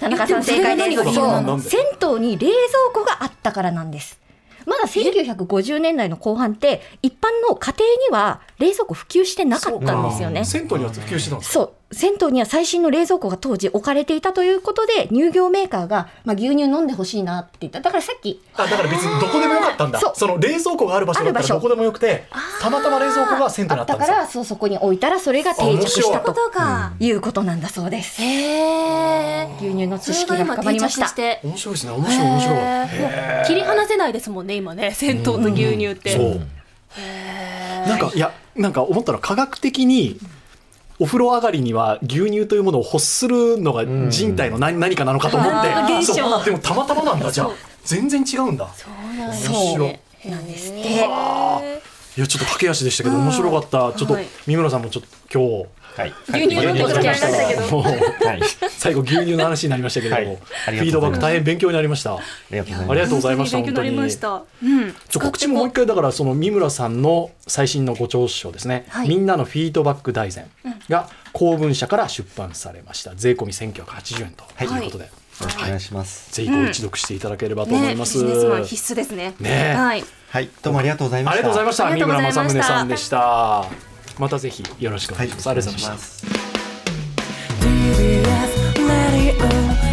Speaker 5: 田中さん正解です
Speaker 4: でもそれが何
Speaker 5: そ
Speaker 2: が
Speaker 5: う銭湯に冷蔵庫があったからなんですまだ1950年代の後半って一般の家庭には冷蔵庫普及してなかったんですよね
Speaker 2: 銭湯には普及してたんですか。
Speaker 5: そう銭湯には最新の冷蔵庫が当時置かれていたということで乳業メーカーが、まあ、牛乳飲んでほしいなって言っただからさっき
Speaker 2: あだから別にどこでもよかったんだ
Speaker 5: そう
Speaker 2: その冷蔵庫がある場所だったら
Speaker 5: ある場所
Speaker 2: どこでもよくてたまたま冷蔵庫が銭湯に
Speaker 5: あ
Speaker 2: あっ
Speaker 5: った
Speaker 2: んで
Speaker 5: たか
Speaker 2: すよ
Speaker 5: らそうそこに置いたらそれが定着したと
Speaker 4: そうか、
Speaker 5: いうことなんだそうです
Speaker 4: へえ
Speaker 5: 牛乳の知
Speaker 4: それ
Speaker 5: 識
Speaker 4: が
Speaker 5: が
Speaker 4: 今
Speaker 5: 深
Speaker 4: 定
Speaker 5: まり
Speaker 4: 着
Speaker 5: ました
Speaker 4: して
Speaker 2: 面白いですね面白い面白い、
Speaker 4: へーもう切り離せないですもんね今ね銭湯と牛乳って、
Speaker 2: そうなんかいやなんか思ったのは科学的にお風呂上がりには牛乳というものを欲するのが人体の何,、何かなのかと思って
Speaker 4: あー現象
Speaker 2: そうでもたまたまなんだじゃあ全然違うんだ
Speaker 4: そうなんです
Speaker 2: 面白い
Speaker 4: ねなんですって
Speaker 2: いやちょっと駆け足でしたけど面白かった、ちょっと
Speaker 4: はい
Speaker 2: 三村さんもちょっと今日
Speaker 3: はい。
Speaker 4: 牛乳飲んで
Speaker 2: きちゃいましたけ
Speaker 4: ど
Speaker 2: もう
Speaker 3: はい。
Speaker 2: 最後牛乳の話になりましたけれども、
Speaker 3: はい
Speaker 2: フィードバック大変勉強になりました、
Speaker 3: ありがとうござい
Speaker 2: ありが
Speaker 3: ます。
Speaker 2: とうございました
Speaker 4: 勉強に
Speaker 2: 本
Speaker 4: な
Speaker 2: 当
Speaker 4: り
Speaker 2: に
Speaker 4: ましたうん
Speaker 2: ちょ告知ももう一回だからその三村さんの最新のご著書ですね、
Speaker 4: はい
Speaker 2: みんなのフィードバック大全が公文社から出版されました税込み1980円と
Speaker 3: はい
Speaker 2: いうことで、
Speaker 3: よろしくお願いします。
Speaker 2: ぜひご一読していただければと思います、
Speaker 4: ね、ビジネスマン
Speaker 2: あ
Speaker 4: 必須ですね。
Speaker 2: ねえ
Speaker 4: はい。
Speaker 3: はい、どうもありがとうござい
Speaker 2: り
Speaker 3: ま
Speaker 2: が
Speaker 3: した。
Speaker 2: とうございました
Speaker 4: ありがとう
Speaker 2: 三村
Speaker 4: ございました
Speaker 2: 正宗さんでしたまたぜひよろしくお願いします、
Speaker 3: はい、
Speaker 2: ありがとうございました
Speaker 3: す。
Speaker 6: TBS ラディオ